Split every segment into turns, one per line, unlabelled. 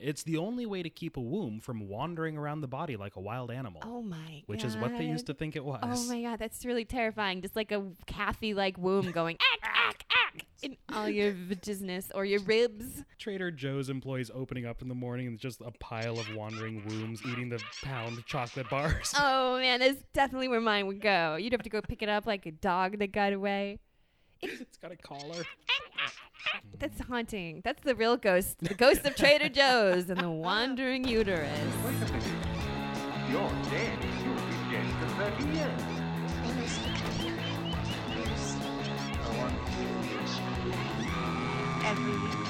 It's the only way to keep a womb from wandering around the body like a wild animal,
Oh my
which is what they used
God.
to think it was.
Oh my god, that's really terrifying. Just like a Kathy like womb going ack ack ack in all your vaginisness or your ribs.
Trader Joe's employees opening up in the morning and just a pile of wandering wombs eating the pound chocolate bars.
Oh man, that's definitely where mine would go. You'd have to go pick it up like a dog that got away.
it's got a collar. Mm-hmm.
That's haunting. That's the real ghost. The ghost of Trader Joe's and the wandering uterus.
Wait a minute. You're dead. You'll be dead for 30 years. I want
Every weekend.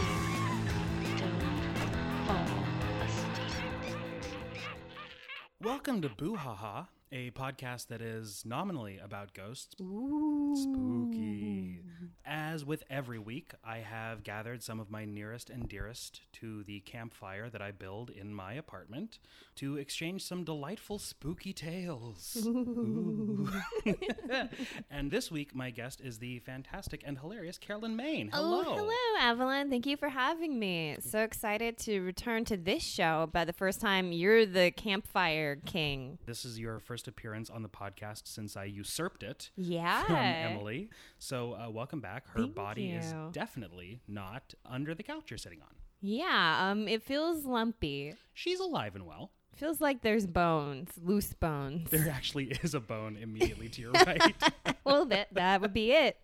Welcome to Boo Ha Ha, a podcast that is nominally about ghosts.
Ooh.
Spooky. As with every week, I have gathered some of my nearest and dearest to the campfire that I build in my apartment to exchange some delightful spooky tales. Ooh. and this week, my guest is the fantastic and hilarious Carolyn Main. Hello.
Oh, hello, Evelyn. Thank you for having me. So excited to return to this show. By the first time, you're the campfire king.
This is your first appearance on the podcast since I usurped it.
Yeah.
From Emily. So, uh, welcome back. Her
Thank
body is
you.
definitely not under the couch you're sitting on.
Yeah. Um, it feels lumpy.
She's alive and well.
Feels like there's bones, loose bones.
There actually is a bone immediately to your right.
well, that that would be it.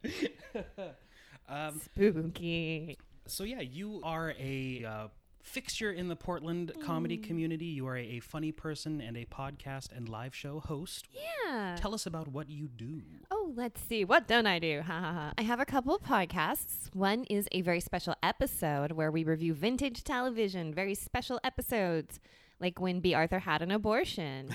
Um,
Spooky.
so yeah, you are a uh, fixture in the Portland
Hmm.
comedy community. You are a, a funny person and a podcast and live show host.
Yeah.
Tell us about what you do.
Oh, let's see. What don't I do? Ha ha ha. I have a couple of podcasts. One is a very special episode where we review vintage television, very special episodes, like when B. Arthur had an abortion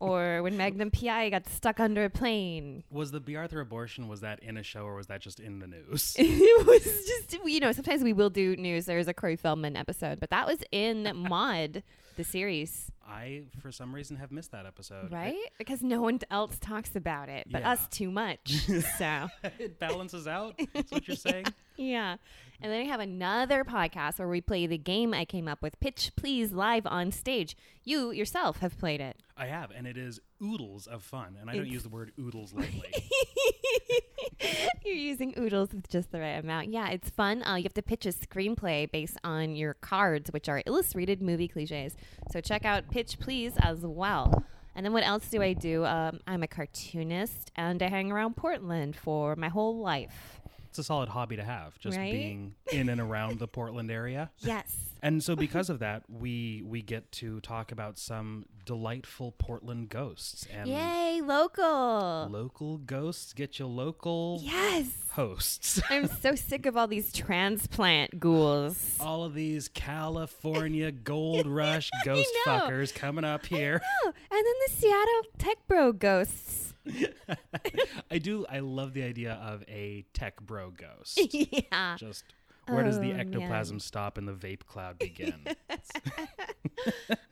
or when Magnum PI got stuck under a plane.
Was the B. Arthur abortion was that in a show or was that just in the news?
it was just, you know, sometimes we will do news. There was a Corey Feldman episode, but that was in Mod, the series,
I for some reason have missed that episode.
right? Because no one else talks about it, but
Yeah.
us too much. so.
It, it balances out. That's what you're saying.
Yeah. And then I have another podcast where we play the game I came up with, Pitch Please Live on Stage. You yourself have played it.
I have, and it is oodles of fun. And I don't use the word oodles lightly.
You're using oodles with just the right amount. Yeah, it's fun. Uh, you have to pitch a screenplay based on your cards, which are illustrated movie cliches. So check out Pitch Please as well. And then what else do I do? Um, I'm a cartoonist and I hang around Portland for my whole life.
it's a solid hobby to have, just
Right?
being in and around the Portland area.
Yes.
And so because of that, we we get to talk about some delightful Portland ghosts and
Yay, local.
local ghosts get you local
Yes.
hosts.
I'm so sick of all these transplant ghouls.
All of these California gold rush ghost
know.
fuckers coming up here.
Oh, and then the Seattle tech bro ghosts.
I do I love the idea of a tech bro ghost.
yeah.
Just where does the
Oh,
ectoplasm stop and the vape cloud begin?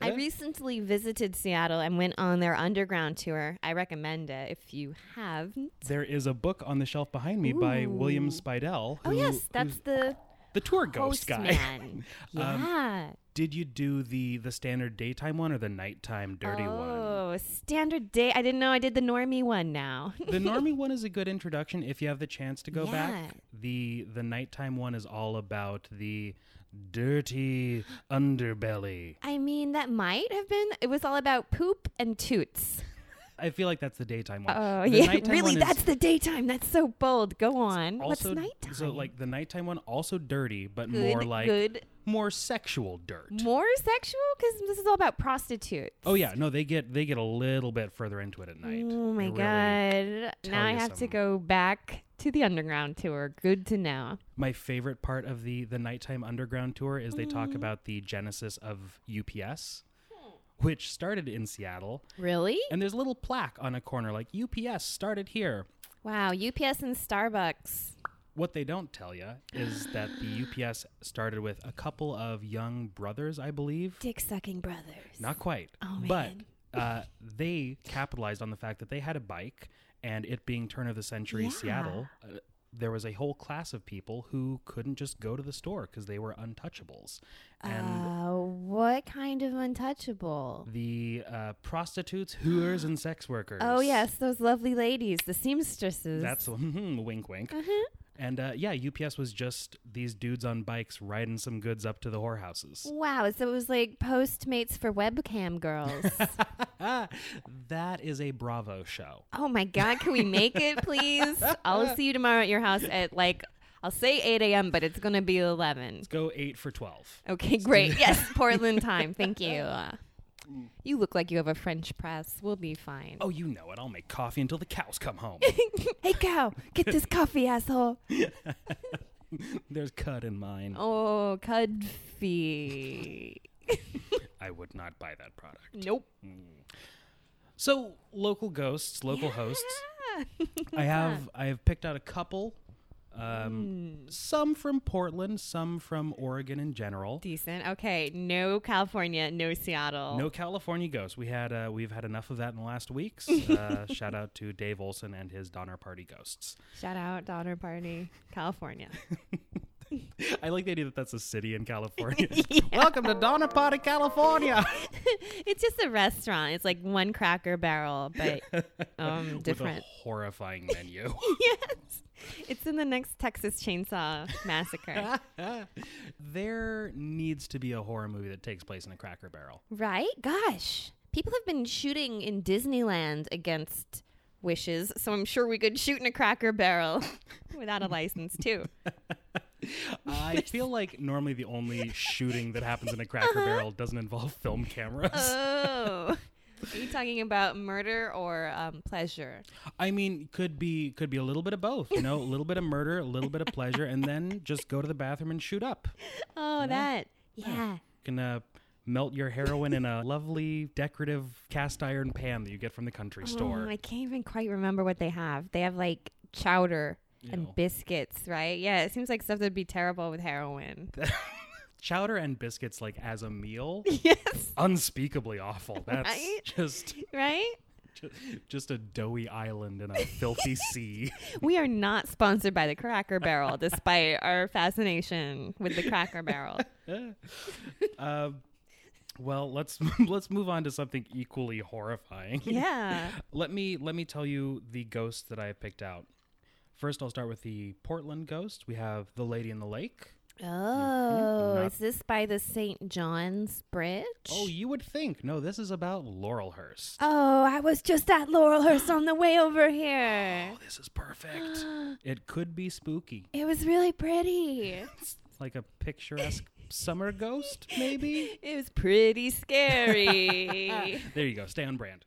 I recently visited Seattle and went on their underground tour. I recommend it if you have.
there is a book on the shelf behind me by William Spidell.
Oh,
who-
yes,
who's
that's the
the tour
ghost
ghost guy. Um,
man. yeah.
Did you do the the standard daytime one or the nighttime dirty one?
oh, standard day. I didn't know I did the normie one now.
The normie one is a good introduction if you have the chance to go back.
Yeah.
The the nighttime one is all about the dirty underbelly.
I mean, that might have been. It was all about poop and toots.
I feel like that's the daytime one.
Oh,
The
yeah.
nighttime
Really,
one is
that's the daytime. That's so bold. Go on. What's
also
nighttime?
so like the nighttime one also dirty, but
Good,
more like
good.
more sexual dirt.
more sexual because this is all about prostitutes.
oh yeah, no, they get they get a little bit further into it at night.
Oh
They
my
really-
god! Now
tell
I
you
have to
some-
go back to the underground tour. Good to know.
My favorite part of the the nighttime underground tour is they
Mm-hmm.
talk about the genesis of UPS, which started in Seattle.
Really?
And there's a little plaque on a corner like UPS started here.
Wow! UPS and Starbucks.
What they don't tell you is that the UPS started with a couple of young brothers, I believe.
Dick sucking brothers.
Not quite.
Oh, man.
But uh, they capitalized on the fact that they had a bike and it being turn of the century
Yeah.
Seattle. Uh, there was a whole class of people who couldn't just go to the store because they were untouchables. And
Oh, what kind of untouchable?
The uh, prostitutes, hooers, and sex workers.
Oh yes, those lovely ladies, the seamstresses.
That's hmm, wink, wink.
Mm-hmm.
And uh, yeah, UPS was just these dudes on bikes riding some goods up to the whorehouses.
wow. So it was like Postmates for webcam girls.
that is a Bravo show.
oh my god, can we make it, please? I'll see you tomorrow at your house at like I'll say 8 a.m., but it's gonna be 11.
Go eight for 12.
Okay, great. Yes, Portland time. Thank you. Uh, You look like you have a French press. We'll be fine.
Oh, you know it. I'll make coffee until the cows come home.
hey, cow, get this coffee, asshole.
There's cud in mine.
Oh, cudfee.
I would not buy that product.
nope.
So, local ghosts, local hosts. I have I have picked out a couple. Um,
Hmm.
Some from Portland, some from Oregon in general.
Decent. Okay. No California. No Seattle.
No California ghosts. We had uh, we've had enough of that in the last weeks. Uh, shout out to Dave Olson and his Donner Party ghosts.
Shout out Donner Party, California.
I like the idea that that's a city in California. Welcome to Donner Party, California.
it's just a restaurant. It's like one Cracker Barrel, but um,
With
different.
a horrifying menu.
yes. It's in the next Texas Chainsaw Massacre.
there needs to be a horror movie that takes place in a Cracker Barrel.
Right? Gosh. People have been shooting in Disneyland against wishes, so I'm sure we could shoot in a cracker barrel without a license, too.
I feel like normally the only shooting that happens in a Cracker
Uh-huh.
Barrel doesn't involve film cameras.
Oh. Are you talking about murder or um, pleasure?
I mean, could be could be a little bit of both, you know, a little bit of murder, a little bit of pleasure, and then just go to the bathroom and shoot up.
Oh, that. Yeah.
You can uh, melt your heroin in a lovely decorative cast iron pan that you get from the country store.
Oh, I can't even quite remember what they have. They have like chowder
Ew.
and biscuits, right? Yeah, it seems like stuff that'd be terrible with heroin.
Chowder and biscuits, like as a meal,
yes,
unspeakably awful. That's
Right?
just
right?
ju- just a doughy island in a filthy sea.
We are not sponsored by the Cracker Barrel, despite our fascination with the Cracker Barrel.
Uh, well, let's let's move on to something equally horrifying.
Yeah.
Let me let me tell you the ghosts that I have picked out. First, I'll start with the Portland ghost. We have the Lady in the Lake.
Oh,
Not-
is this by the St. John's Bridge?
Mm-hmm. Oh, you would think. No, this is about Laurelhurst.
Oh, I was just at Laurelhurst on the way over here.
Oh, This is perfect. it could be spooky.
It was really pretty.
It's like a picturesque summer ghost, maybe?
It was pretty scary.
There you go. Stay on brand.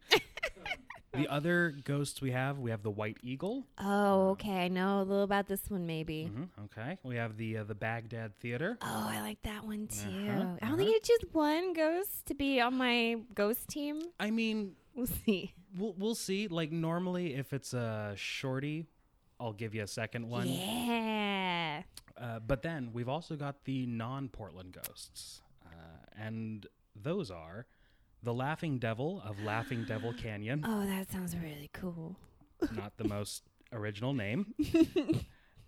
the other ghosts we have, we have the White Eagle.
oh, okay. I know a little about this one, maybe.
Mhm, okay. We have the uh, the Baghdad Theater.
Oh, I like that one too.
Uh-huh,
I don't think it's just one ghost to be on my ghost team.
I mean,
We'll see.
we'll we'll see. Like normally, if it's a shorty, I'll give you a second one.
Yeah.
Uh, but then we've also got the non Portland ghosts, uh, and those are the Laughing Devil of Laughing Devil Canyon.
Oh, that sounds really cool.
not the most original name.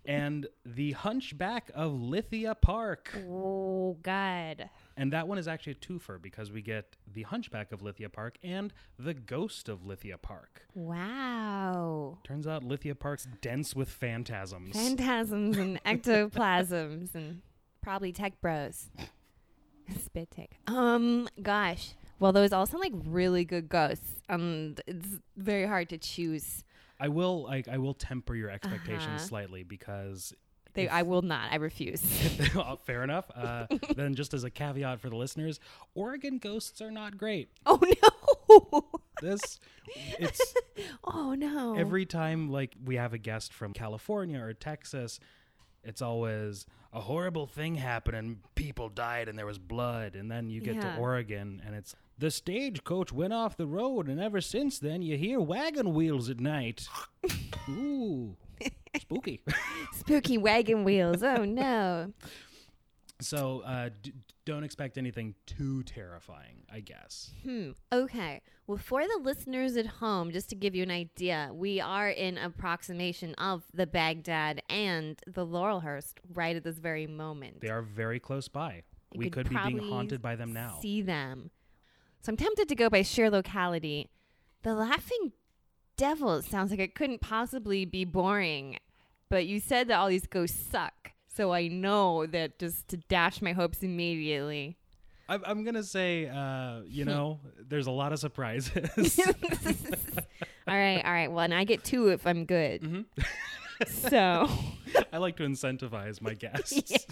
and the Hunchback of Lithia Park.
Oh, God.
And that one is actually a twofer because we get the Hunchback of Lithia Park and the Ghost of Lithia Park.
Wow.
Turns out Lithia Park's dense with phantasms.
Phantasms and ectoplasms and probably tech bros. Spit take. Um, gosh. Well, those all sound like really good ghosts. Um, it's very hard to choose.
I will like I will temper your expectations
Uh-huh.
slightly because
They, I will not. I refuse.
Oh, fair enough. Uh, then just as a caveat for the listeners, Oregon ghosts are not great.
oh no.
This it's
Oh no.
every time like we have a guest from California or Texas, it's always a horrible thing happened and people died and there was blood and then you get
Yeah.
to Oregon and it's the stagecoach went off the road and ever since then you hear wagon wheels at night. Ooh. Spooky.
Spooky wagon wheels. Oh no.
so uh, d- don't expect anything too terrifying, I guess.
Hmm. Okay. Well, for the listeners at home, just to give you an idea, we are in approximation of the Baghdad and the Laurelhurst right at this very moment.
They are very close by.
You
we could, be being
probably
haunted by them now.
See them. So I'm tempted to go by sheer locality. The Laughing Devil sounds like it couldn't possibly be boring, but you said that all these ghosts suck. So I know that just to dash my hopes immediately.
I'm, I'm gonna say, uh, you know, there's a lot of surprises.
all right, all right. Well, and I get two if I'm good. so
I like to incentivize my guests.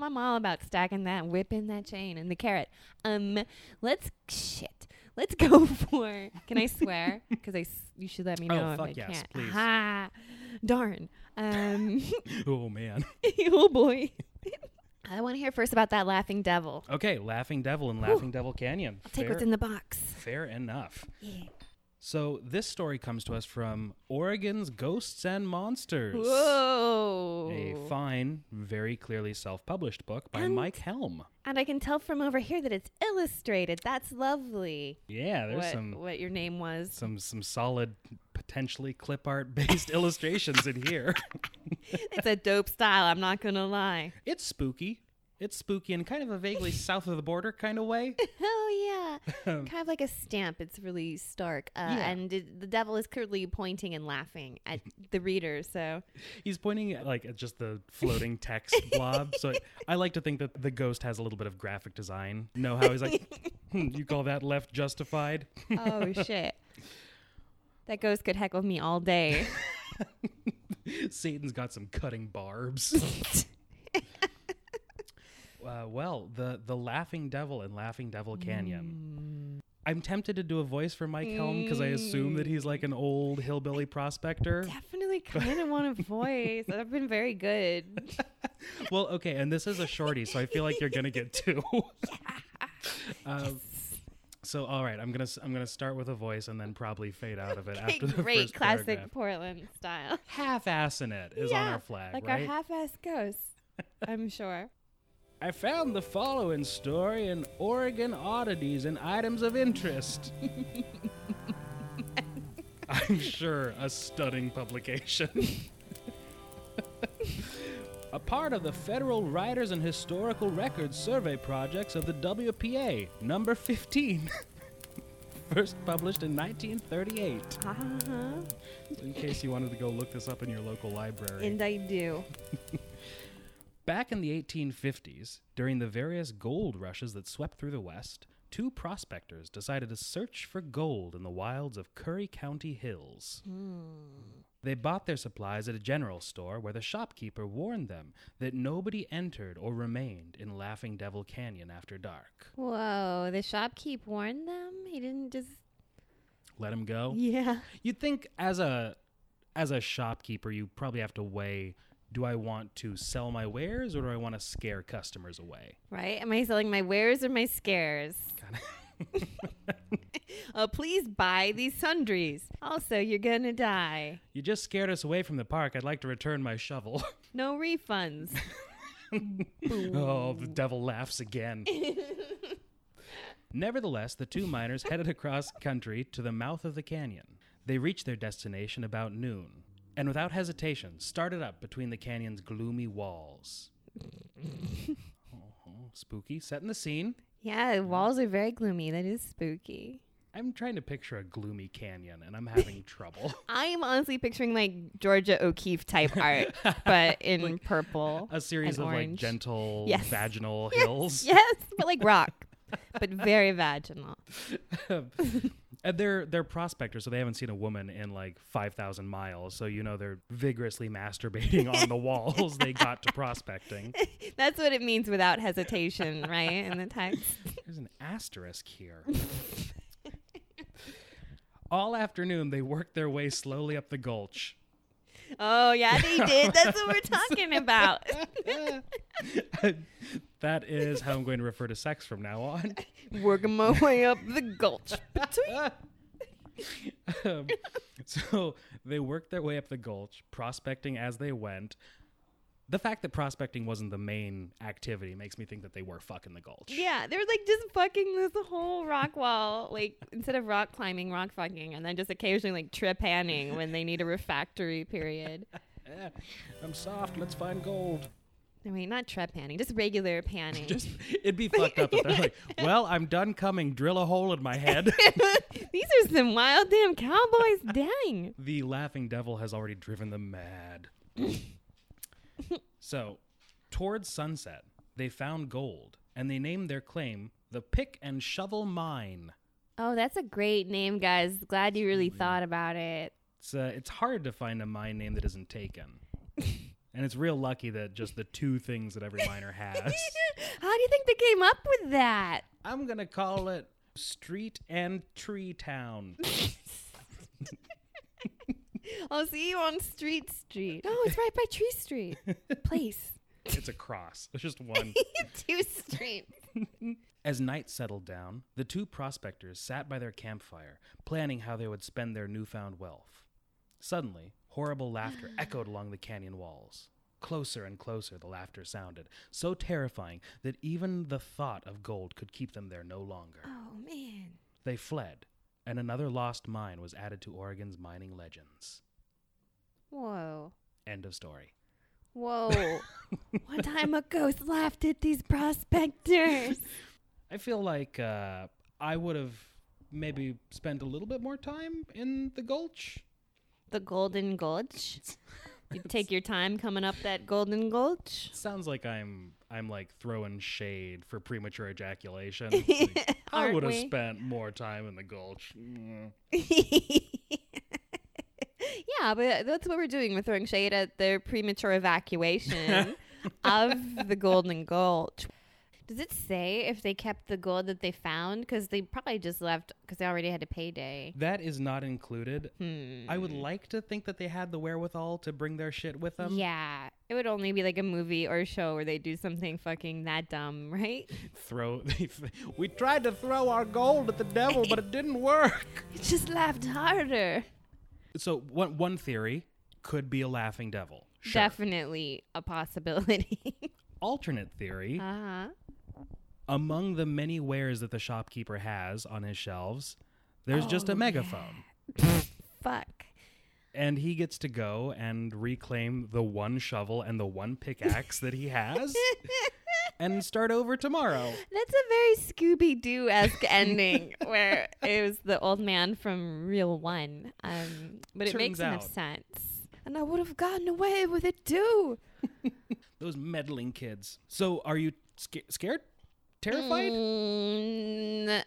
I'm all about stacking that, whipping that chain, and the carrot. Um, let's shit. Let's go for. Can I swear? Because I s- you should let me
Oh,
know if
fuck
I
yes,
can't.
please.
Ah, darn. Um,
Oh man.
oh boy. I want to hear first about that laughing devil.
Okay, Laughing Devil and Laughing Devil Canyon.
I'll take
fair,
what's in the box.
fair enough.
Yeah.
So this story comes to us from Oregon's Ghosts and Monsters.
Whoa.
A fine, very clearly self-published book by
And-
Mike Helm.
and I can tell from over here that it's illustrated. That's lovely.
Yeah, there's
what,
some
what your name was.
some some solid, potentially clip art based illustrations in here.
it's a dope style. I'm not gonna lie.
It's spooky. It's spooky in kind of a vaguely south of the border kind of way.
Oh yeah,
Um,
kind of like a stamp. It's really stark, uh,
Yeah.
and it, the devil is clearly pointing and laughing at the reader. So
He's pointing at like at just the floating text blob. So I like to think that the ghost has a little bit of graphic design. Know how he's like, "Hmm, you call that left justified?
oh shit, that ghost could heckle me all day.
Satan's got some cutting barbs. uh, well, the the Laughing Devil and Laughing Devil Canyon.
Mm.
I'm tempted to do a voice for Mike Helm because I assume that he's like an old hillbilly prospector.
Definitely kind of want a voice. I've been very good.
well, okay, and this is a shorty, so I feel like you're gonna get two. Um, so, all right, I'm gonna s- I'm gonna start with a voice and then probably fade out of it after the
Great
first
classic
paragraph.
Portland style.
Half-assing it is on our flag,
like
right?
our half-ass ghost. I'm sure.
I found the following story in Oregon Oddities and Items of Interest. I'm sure a stunning publication. a part of the Federal Writers and Historical Records Survey Projects of the WPA, number 15. First published in 1938,
Uh-huh.
in case you wanted to go look this up in your local library.
And I do.
Back in the 1850s, during the various gold rushes that swept through the West, two prospectors decided to search for gold in the wilds of Curry County hills. They bought their supplies at a general store where the shopkeeper warned them that nobody entered or remained in Laughing Devil Canyon after dark.
Whoa, the shopkeep warned them? He didn't just.
Let him go.
Yeah.
You'd think as a as a shopkeeper you probably have to weigh do I want to sell my wares or do I want to scare customers away?
Right? Am I selling my wares or my scares? oh, please buy these sundries. Also, you're going to die.
You just scared us away from the park. I'd like to return my shovel.
No refunds.
oh, the devil laughs again. Nevertheless, the two miners headed across country to the mouth of the canyon. They reached their destination about noon, and without hesitation started up between the canyon's gloomy walls. oh, spooky, setting the scene.
yeah, the walls are very gloomy. That is spooky.
I'm trying to picture a gloomy canyon, and I'm having trouble.
I am honestly picturing like Georgia O'Keeffe type art, but in purple.
A series
and
of like
orange.
gentle,
Yes.
vaginal
Yes,
hills.
Yes, but like rock, but very vaginal.
And they're they're prospectors, so they haven't seen a woman in like five thousand miles. So you know they're vigorously masturbating on the walls they got to prospecting.
That's what it means without hesitation, right? In the text.
There's an asterisk here. All afternoon they worked their way slowly up the gulch.
Oh yeah, they did. That's what we're talking about.
that is how I'm going to refer to sex from now on.
Working my way up the gulch. Between
Um, so they worked their way up the gulch, prospecting as they went. The fact that prospecting wasn't the main activity makes me think that they were fucking the gulch.
yeah, they were like just fucking this whole rock wall, like instead of rock climbing, rock fucking, and then just occasionally like trip panning when they need a refractory period.
I'm soft. Let's find gold.
I mean, not trep panning, just regular panning.
Just it'd be fucked up if they're like, "Well, I'm done coming. Drill a hole in my head."
These are some wild damn cowboys. Dang.
the laughing devil has already driven them mad. so, towards sunset, they found gold, and they named their claim the Pick and Shovel Mine.
Oh, that's a great name, guys. Glad you really thought about it.
It's uh, it's hard to find a mine name that isn't taken, and it's real lucky that just the two things that every miner has.
How do you think they came up with that?
I'm gonna call it Street and Tree Town.
I'll see you on Street Street. Oh, it's right by Tree Street. Place.
It's a cross. It's just one.
Two Street.
As night settled down, the two prospectors sat by their campfire, planning how they would spend their newfound wealth. Suddenly, horrible laughter echoed along the canyon walls. Closer and closer the laughter sounded, so terrifying that even the thought of gold could keep them there no longer.
Oh, man.
They fled, and another lost mine was added to Oregon's mining legends.
Whoa.
End of story.
Whoa. One time a ghost laughed at these prospectors.
I feel like uh, I would have maybe spent a little bit more time in the gulch.
The Golden Gulch. You take your time coming up that Golden Gulch.
Sounds like I'm I'm like throwing shade for premature ejaculation. Like, I
Aren't
would have
we?
spent more time in the gulch. Mm.
yeah, but that's what we're doing. We're throwing shade at their premature evacuation of the Golden Gulch. Does it say if they kept the gold that they found? Because they probably just left because they already had a payday.
That is not included.
Hmm.
I would like to think that they had the wherewithal to bring their shit with them.
yeah, it would only be like a movie or a show where they do something fucking that dumb, right?
Throw we tried to throw our gold at the devil, but it didn't work.
It just laughed harder.
So one one theory could be a laughing devil. Sure.
Definitely a possibility.
Alternate theory.
uh huh.
among the many wares that the shopkeeper has on his shelves, there's
Oh,
just a megaphone.
Fuck.
And he gets to go and reclaim the one shovel and the one pickaxe that he has and start over tomorrow.
That's a very Scooby Doo esque ending where it was the old man from Real One. Um, but it
Turns
makes enough
out.
sense. And I would have gotten away with it too.
Those meddling kids. So are you sca- scared? Terrified?
Mm,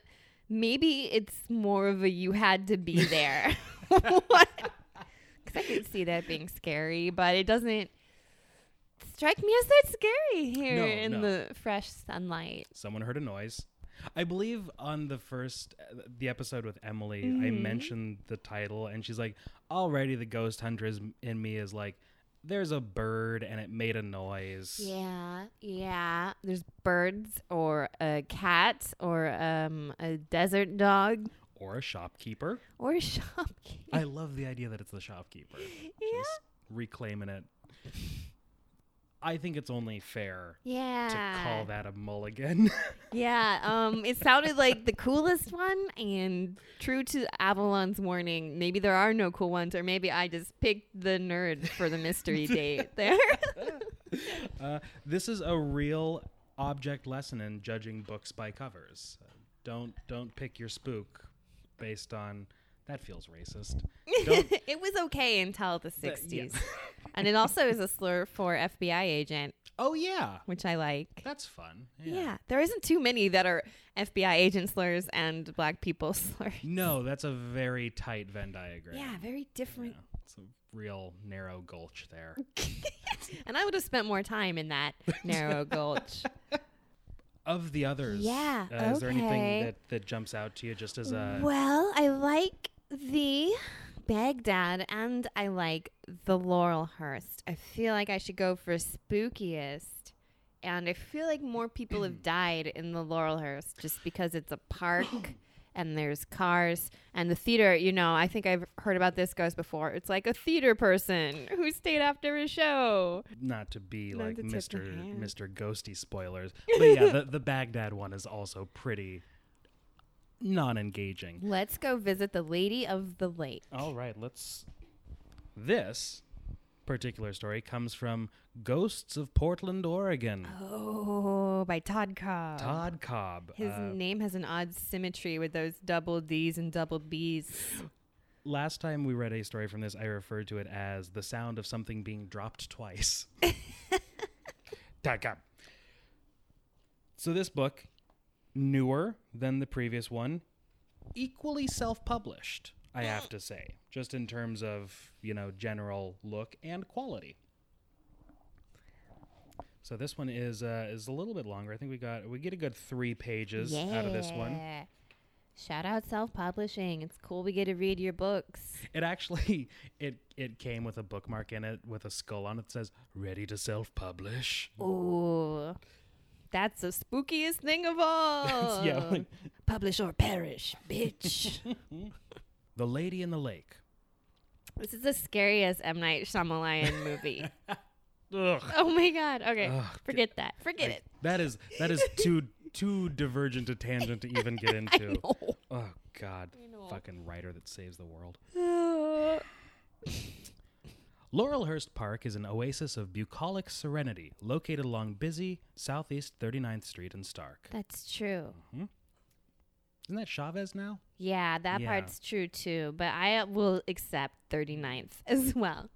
maybe it's more of a you had to be there. Because I could see that being scary, but it doesn't strike me as that scary here
No,
in
no.
the fresh sunlight.
Someone heard a noise. I believe on the first uh, the episode with Emily, I mentioned the title, and she's like, "Already the ghost hunter is in me is like, there's a bird and it made a noise."
Yeah, yeah. There's birds or a cat or um, a desert dog
or a shopkeeper.
or a shopkeeper.
I love the idea that it's the shopkeeper. Just reclaiming it. I think it's only fair
Yeah.
to
Ah.
call that a mulligan.
Yeah. Um, it sounded like the coolest one, and true to Avalon's warning, maybe there are no cool ones, or maybe I just picked the nerd for the mystery date there.
uh, this is a real object lesson in judging books by covers. Uh, don't don't pick your spook based on that feels racist. Don't
it was okay until the 60s.
yeah.
and it also is a slur for FBI agent,
Oh yeah.
which I like.
That's fun.
Yeah. there isn't too many that are FBI agent slurs and black people slurs.
No, that's a very tight Venn diagram.
Yeah, very different.
Yeah, It's a real narrow gulch there.
And I would have spent more time in that narrow gulch.
of the others
Yeah,
uh, is there anything
okay. Mm-hmm.
that, that jumps out to you just as a
Well, I like the Baghdad and I like the Laurelhurst. I feel like I should go for spookiest. And I feel like more people have died in the Laurelhurst just because it's a park and there's cars and the theater. You know, I think I've heard about this ghost before. It's like a theater person who stayed after a show.
not to be
Not
like
to tip the
mr
hand.
mr ghosty spoilers but yeah the, the baghdad one is also pretty non-engaging
Let's go visit the Lady of the Lake.
all right let's this particular story comes from Ghosts of Portland, Oregon.
Oh, by Todd Cobb.
Todd Cobb.
His
Uh,
name has an odd symmetry with those double D's and double B's.
last time we read a story from this, I referred to it as the sound of something being dropped twice. Todd Cobb. So this book, newer than the previous one, equally self-published, I have to say, just in terms of, you know, general look and quality. So this one is uh, is a little bit longer. I think we got we get a good 3 pages out of this one.
Yeah. Shout out self publishing. It's cool we get to read your books.
It actually it it came with a bookmark in it with a skull on it that says ready to self publish.
Ooh. That's the spookiest thing of all.
yeah, like-
Publish or perish, bitch.
The Lady in the Lake.
this is the scariest M. Night Shyamalan movie.
Ugh.
oh my God. Okay.
Ugh,
Forget that. Forget it.
That is that is too too divergent a tangent to even get into. Oh god. Fucking writer that saves the world. Laurelhurst Park is an oasis of bucolic serenity located along busy Southeast 39th Street and Stark.
That's true.
Isn't that Chavez now?
Yeah, that
Yeah.
part's true too. But I will accept 39th as well.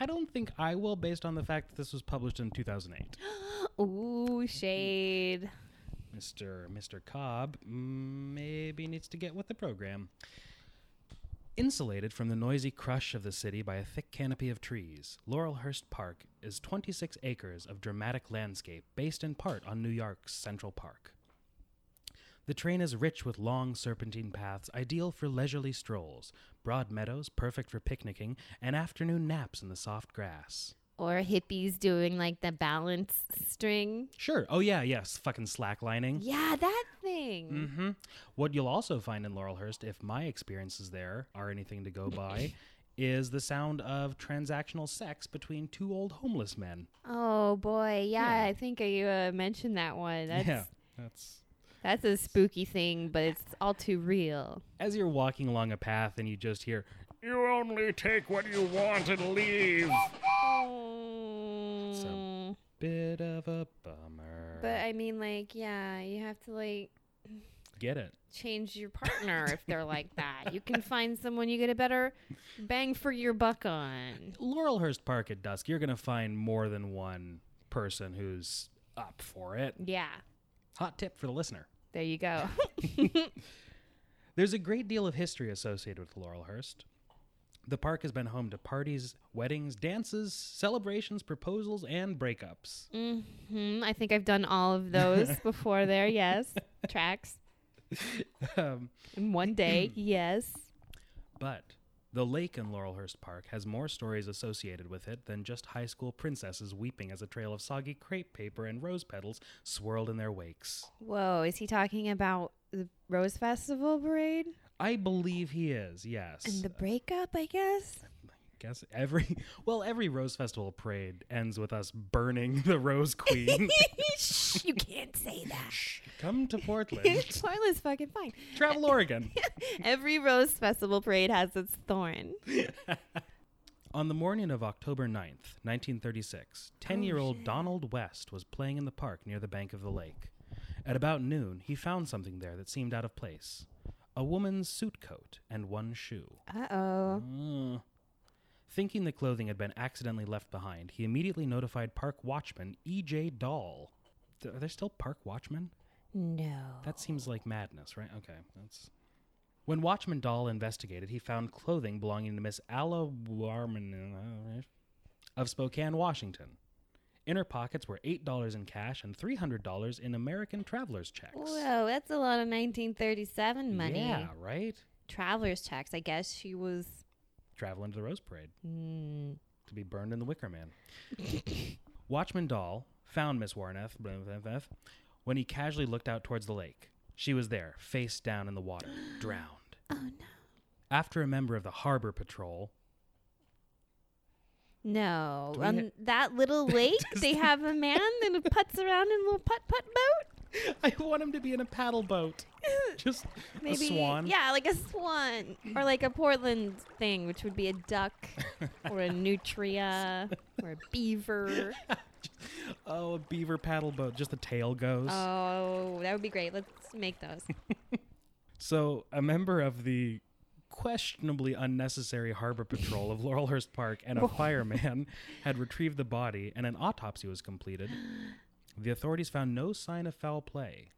I don't think I will based on the fact that this was published in 2008.
Ooh, shade.
Mr. Mr. Cobb maybe needs to get with the program. Insulated from the noisy crush of the city by a thick canopy of trees, Laurelhurst Park is 26 acres of dramatic landscape based in part on New York's Central Park. The train is rich with long serpentine paths, ideal for leisurely strolls, broad meadows perfect for picnicking, and afternoon naps in the soft grass.
Or hippies doing like the balance string.
Sure. Oh, yeah, yes. Fucking slacklining.
Yeah, that thing.
hmm What you'll also find in Laurelhurst, if my experiences there are anything to go by, is the sound of transactional sex between two old homeless men.
Oh boy, yeah,
Yeah.
I think you uh, mentioned that one. That's
yeah, that's.
that's a spooky thing, but it's all too real.
As you're walking along a path and you just hear, "You only take what you want and leave."
Oh.
Bit of a bummer.
But I mean, like, yeah, you have to like
Get it?
change your partner if they're like that. You can find someone you get a better bang for your buck on.
Laurelhurst Park at dusk, you're gonna find more than one person who's up for it.
Yeah,
Hot tip for the listener.
there you go.
There's a great deal of history associated with Laurelhurst. The park has been home to parties, weddings, dances, celebrations, proposals, and breakups.
hmm I think I've done all of those before. There, yes, tracks
Um,
in one day. yes.
but the lake in Laurelhurst Park has more stories associated with it than just high school princesses weeping as a trail of soggy crepe paper and rose petals swirled in their wakes.
Whoa, is he talking about the Rose Festival parade
I believe he is, yes.
and the breakup? I guess.
guess every well every rose festival parade ends with us burning the rose queen
Shh, you can't say that.
come to portland
Spoilers, fucking fine.
travel oregon
Every Rose Festival parade has its thorn.
On the morning of October 9th, 1936, 10 year old Donald West was playing in the park near the bank of the lake. At about noon, he found something there that seemed out of place a woman's suit coat and one shoe.
Uh oh.
Ugh. Thinking the clothing had been accidentally left behind, he immediately notified park watchman E.J. Dahl. Th- Are there still park watchmen?
No.
That seems like madness, right? Okay, that's. When Watchman Dahl investigated, he found clothing belonging to Miss Alla Warman uh, of Spokane, Washington. In her pockets were eight dollars in cash and three hundred dollars in American travelers checks.
Whoa, that's a lot of 1937 money.
Yeah, right.
Traveler's checks. I guess she was.
Traveling to the Rose Parade.
Mm,
to be burned in the Wicker Man. Watchman Doll found Miss Warneth blah, blah, blah, when he casually looked out towards the lake. She was there, face down in the water, drowned.
Oh, no.
After a member of the harbor patrol,
no.
Do we
On
ha-
that little lake, they have a man that puts around in a little putt putt boat.
I want him to be in a paddle boat. Just
Maybe
a swan.
Yeah, like a swan or like a Portland thing, which would be a duck or a nutria or a beaver.
Oh, a beaver paddle boat. Just the tail goes.
Oh, that would be great. Let's make those.
So, a member of the questionably unnecessary harbor patrol of Laurelhurst Park and a fireman had retrieved the body, and an autopsy was completed. The authorities found no sign of foul play.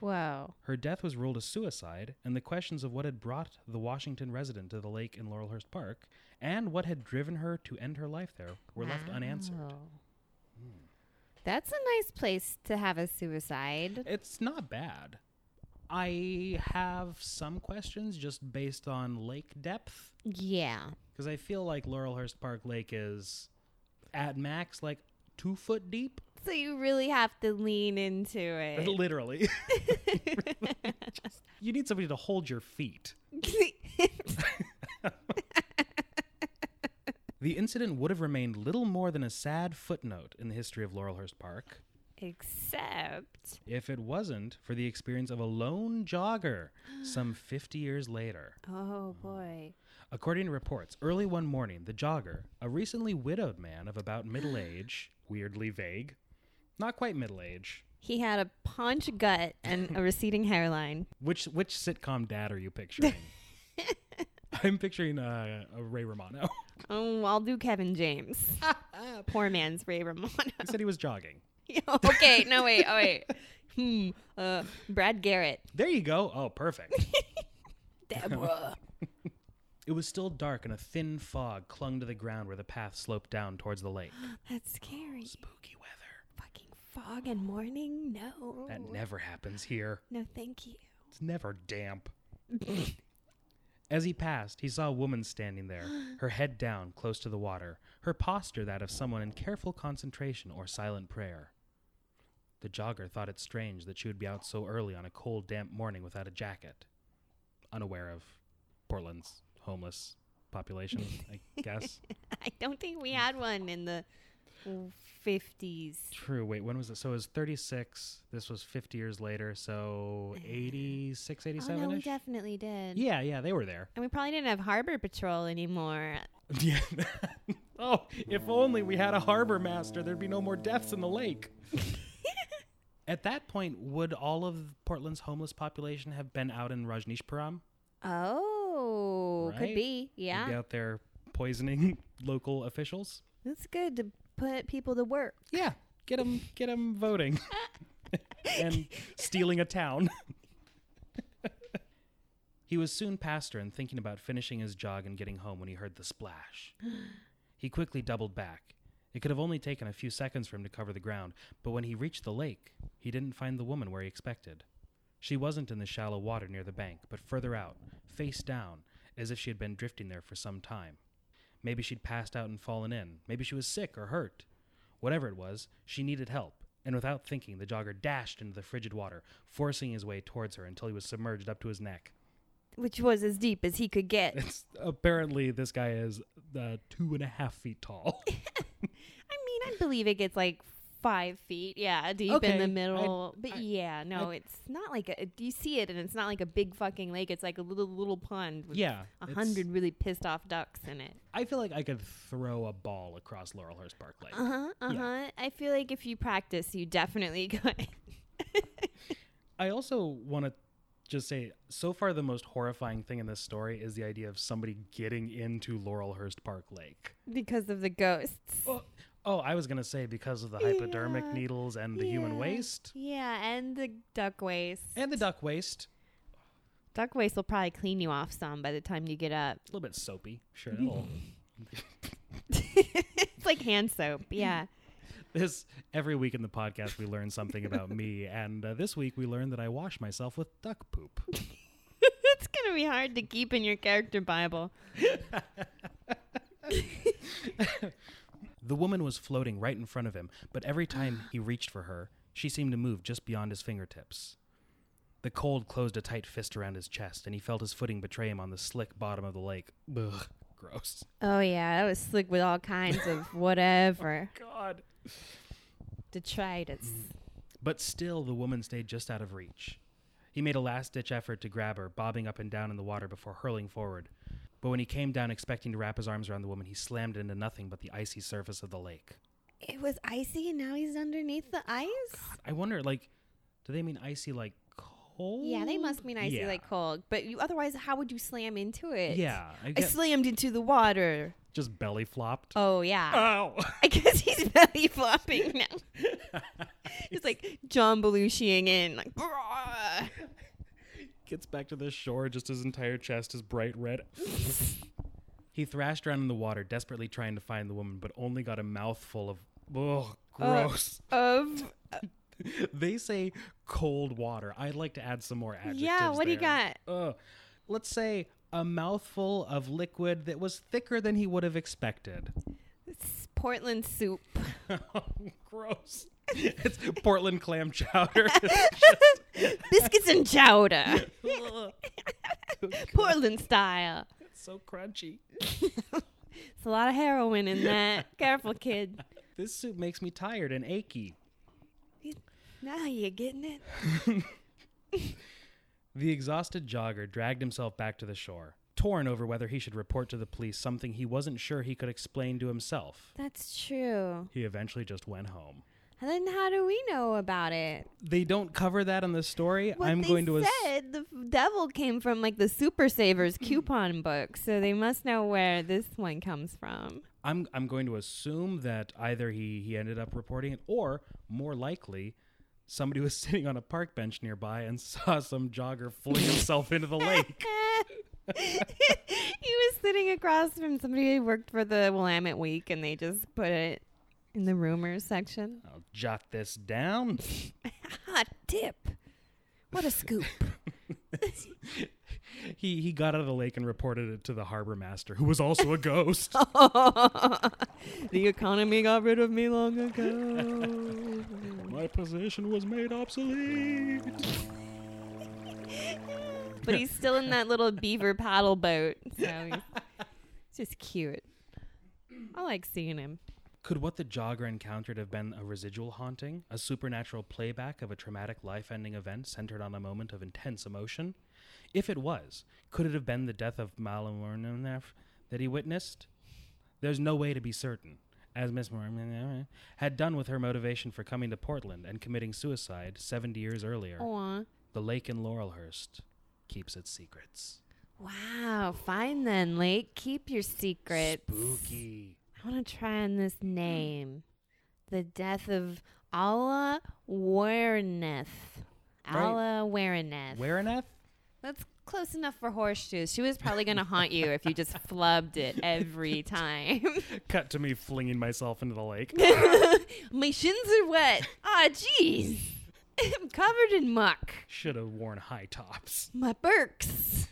Whoa.
Her death was ruled a suicide, and the questions of what had brought the Washington resident to the lake in Laurelhurst Park and what had driven her to end her life there were left
Ah.
unanswered.
Wow. Hmm. That's a nice place to have a suicide.
It's not bad. I have some questions just based on lake depth.
Yeah.
Because I feel like Laurelhurst Park Lake is at max like two foot deep.
So you really have to lean into it.
Literally. Just- you need somebody to hold your feet. The incident would have remained little more than a sad footnote in the history of Laurelhurst Park
Except,
if it wasn't for the experience of a lone jogger some 50 years later.
oh boy.
According to reports, early one morning, the jogger, a recently widowed man of about middle age, weirdly vague, not quite middle age.
He had a paunch gut and a receding hairline.
Which which sitcom dad are you picturing? I'm picturing uh, a Ray Romano.
Oh, I'll do Kevin James. Poor man's Ray Romano.
he said he was jogging.
okay, no wait, oh wait. Hmm. Uh, Brad Garrett.
There you go. Oh, perfect.
Deborah.
it was still dark, and a thin fog clung to the ground where the path sloped down towards the lake.
That's scary.
Spooky weather.
Fucking fog and morning. No.
That never happens here.
No, thank you.
It's never damp. As he passed, he saw a woman standing there, her head down, close to the water, her posture that of someone in careful concentration or silent prayer. The jogger thought it strange that she would be out so early on a cold, damp morning without a jacket. Unaware of Portland's homeless population, I guess.
I don't think we had one in the 50s.
True. Wait, when was it? So it was 36. This was 50 years later, so 86,
Uh, Oh,
87
no, we definitely did.
Yeah, yeah, they were there.
And we probably didn't have Harbor Patrol anymore.
Yeah. oh, if only we had a harbor master, there'd be no more deaths in the lake. At that point, would all of Portland's homeless population have been out in Rajneeshpuram?
Oh,
Right?
could be.
They'd
Yeah.
Be out there poisoning local officials?
It's good to put people to work.
Yeah. Get them, get 'em voting and stealing a town. he was soon past her and thinking about finishing his jog and getting home when he heard the splash. He quickly doubled back. It could have only taken a few seconds for him to cover the ground, but when he reached the lake, he didn't find the woman where he expected. She wasn't in the shallow water near the bank, but further out, face down, as if she had been drifting there for some time. Maybe she'd passed out and fallen in. Maybe she was sick or hurt. Whatever it was, she needed help, and without thinking, the jogger dashed into the frigid water, forcing his way towards her until he was submerged up to his neck.
Which was as deep as he could get.
It's apparently this guy is uh, two and a half feet tall.
I mean, I believe it gets like five feet, yeah, deep in
Okay, I-
the middle. but
I-
yeah, no, it's not like a. You see it, and it's not like a big fucking lake. It's like a little little pond with
Yeah,
a
it's-
hundred really pissed off ducks in it.
I feel like I could throw a ball across Laurelhurst Park Lake.
Uh huh. Uh huh. I feel like if you practice, you definitely could.
I also want to just say, so far the most horrifying thing in this story is the idea of somebody getting into Laurelhurst Park Lake.
because of the ghosts.
Oh, oh, I was gonna say because of the hypodermic
Yeah.
needles and the human
Yeah.
waste
Yeah, and the duck waste.
and the duck waste.
Duck waste will probably clean you off some by the time you get up.
A little bit soapy, sure. Oh. that'll-
it's like hand soap. Yeah.
this every week in the podcast we learn something about me, and uh, this week we learned that I wash myself with duck poop.
it's going to be hard to keep in your character Bible.
The woman was floating right in front of him, but every time he reached for her, she seemed to move just beyond his fingertips. The cold closed a tight fist around his chest, and he felt his footing betray him on the slick bottom of the lake. Ugh, gross.
Oh, yeah. That was slick with all kinds of whatever.
God.
Detritus.
But still, the woman stayed just out of reach. He made a last ditch effort to grab her, bobbing up and down in the water before hurling forward. But when he came down expecting to wrap his arms around the woman, he slammed into nothing but the icy surface of the lake.
It was icy, and now he's underneath the ice.
I wonder, like, do they mean icy like cold?
yeah, they must mean icy
Yeah.
like cold. But you otherwise, how would you slam into it?
Yeah, I
I
guess
slammed into the water.
just belly flopped.
Oh yeah,
Ow!
I guess he's belly flopping now. He's like John Belushiing in, like, "Grrr."
Gets back to the shore, just his entire chest is bright red. he thrashed around in the water, desperately trying to find the woman, but only got a mouthful of. Ugh, gross.
of
they say cold water. I'd like to add some more adjectives.
yeah. What do you
there.
got?
Ugh. Let's say a mouthful of liquid that was thicker than he would have expected.
It's Portland soup.
gross. it's Portland clam chowder.
Biscuits and chowder. Portland style.
it's so crunchy.
It's a lot of heroin in that. Careful, kid.
This soup makes me tired and achy.
Now you're getting it.
The exhausted jogger dragged himself back to the shore, torn over whether he should report to the police something he wasn't sure he could explain to himself.
That's true.
He eventually just went home.
And then how do we know about it?
They don't cover that in the story. I'm
they
going to ass-
said the f- devil came from like the Super Savers coupon book, so they must know where this one comes from.
I'm I'm going to assume that either he he ended up reporting it, or more likely, somebody was sitting on a park bench nearby and saw some jogger fling himself into the lake.
he was sitting across from somebody who worked for the Willamette Week, and they just put it in the rumors section.
I'll jot this down.
Hot tip. What a scoop.
He he got out of the lake and reported it to the harbor master, who was also a ghost.
the economy got rid of me long ago.
My position was made obsolete.
but he's still in that little beaver paddle boat. So he's it's just cute. I like seeing him.
Could what the jogger encountered have been a residual haunting, a supernatural playback of a traumatic life ending event centered on a moment of intense emotion? If it was, could it have been the death of Malamornef that he witnessed? There's no way to be certain, as Miss Mormon had done with her motivation for coming to Portland and committing suicide 70 years earlier.
Aw.
The lake in Laurelhurst keeps its secrets.
Wow. Fine then, Lake. Keep your secrets.
Spooky.
I want to try on this name. The death of Allah Warneth.
Right.
Allah Warneth.
Wareneth?
That's close enough for horseshoes. She was probably going to haunt you if you just flubbed it every time.
Cut to me flinging myself into the lake.
My shins are wet. Ah, jeez. I'm covered in muck.
Should have worn high tops.
My Birks.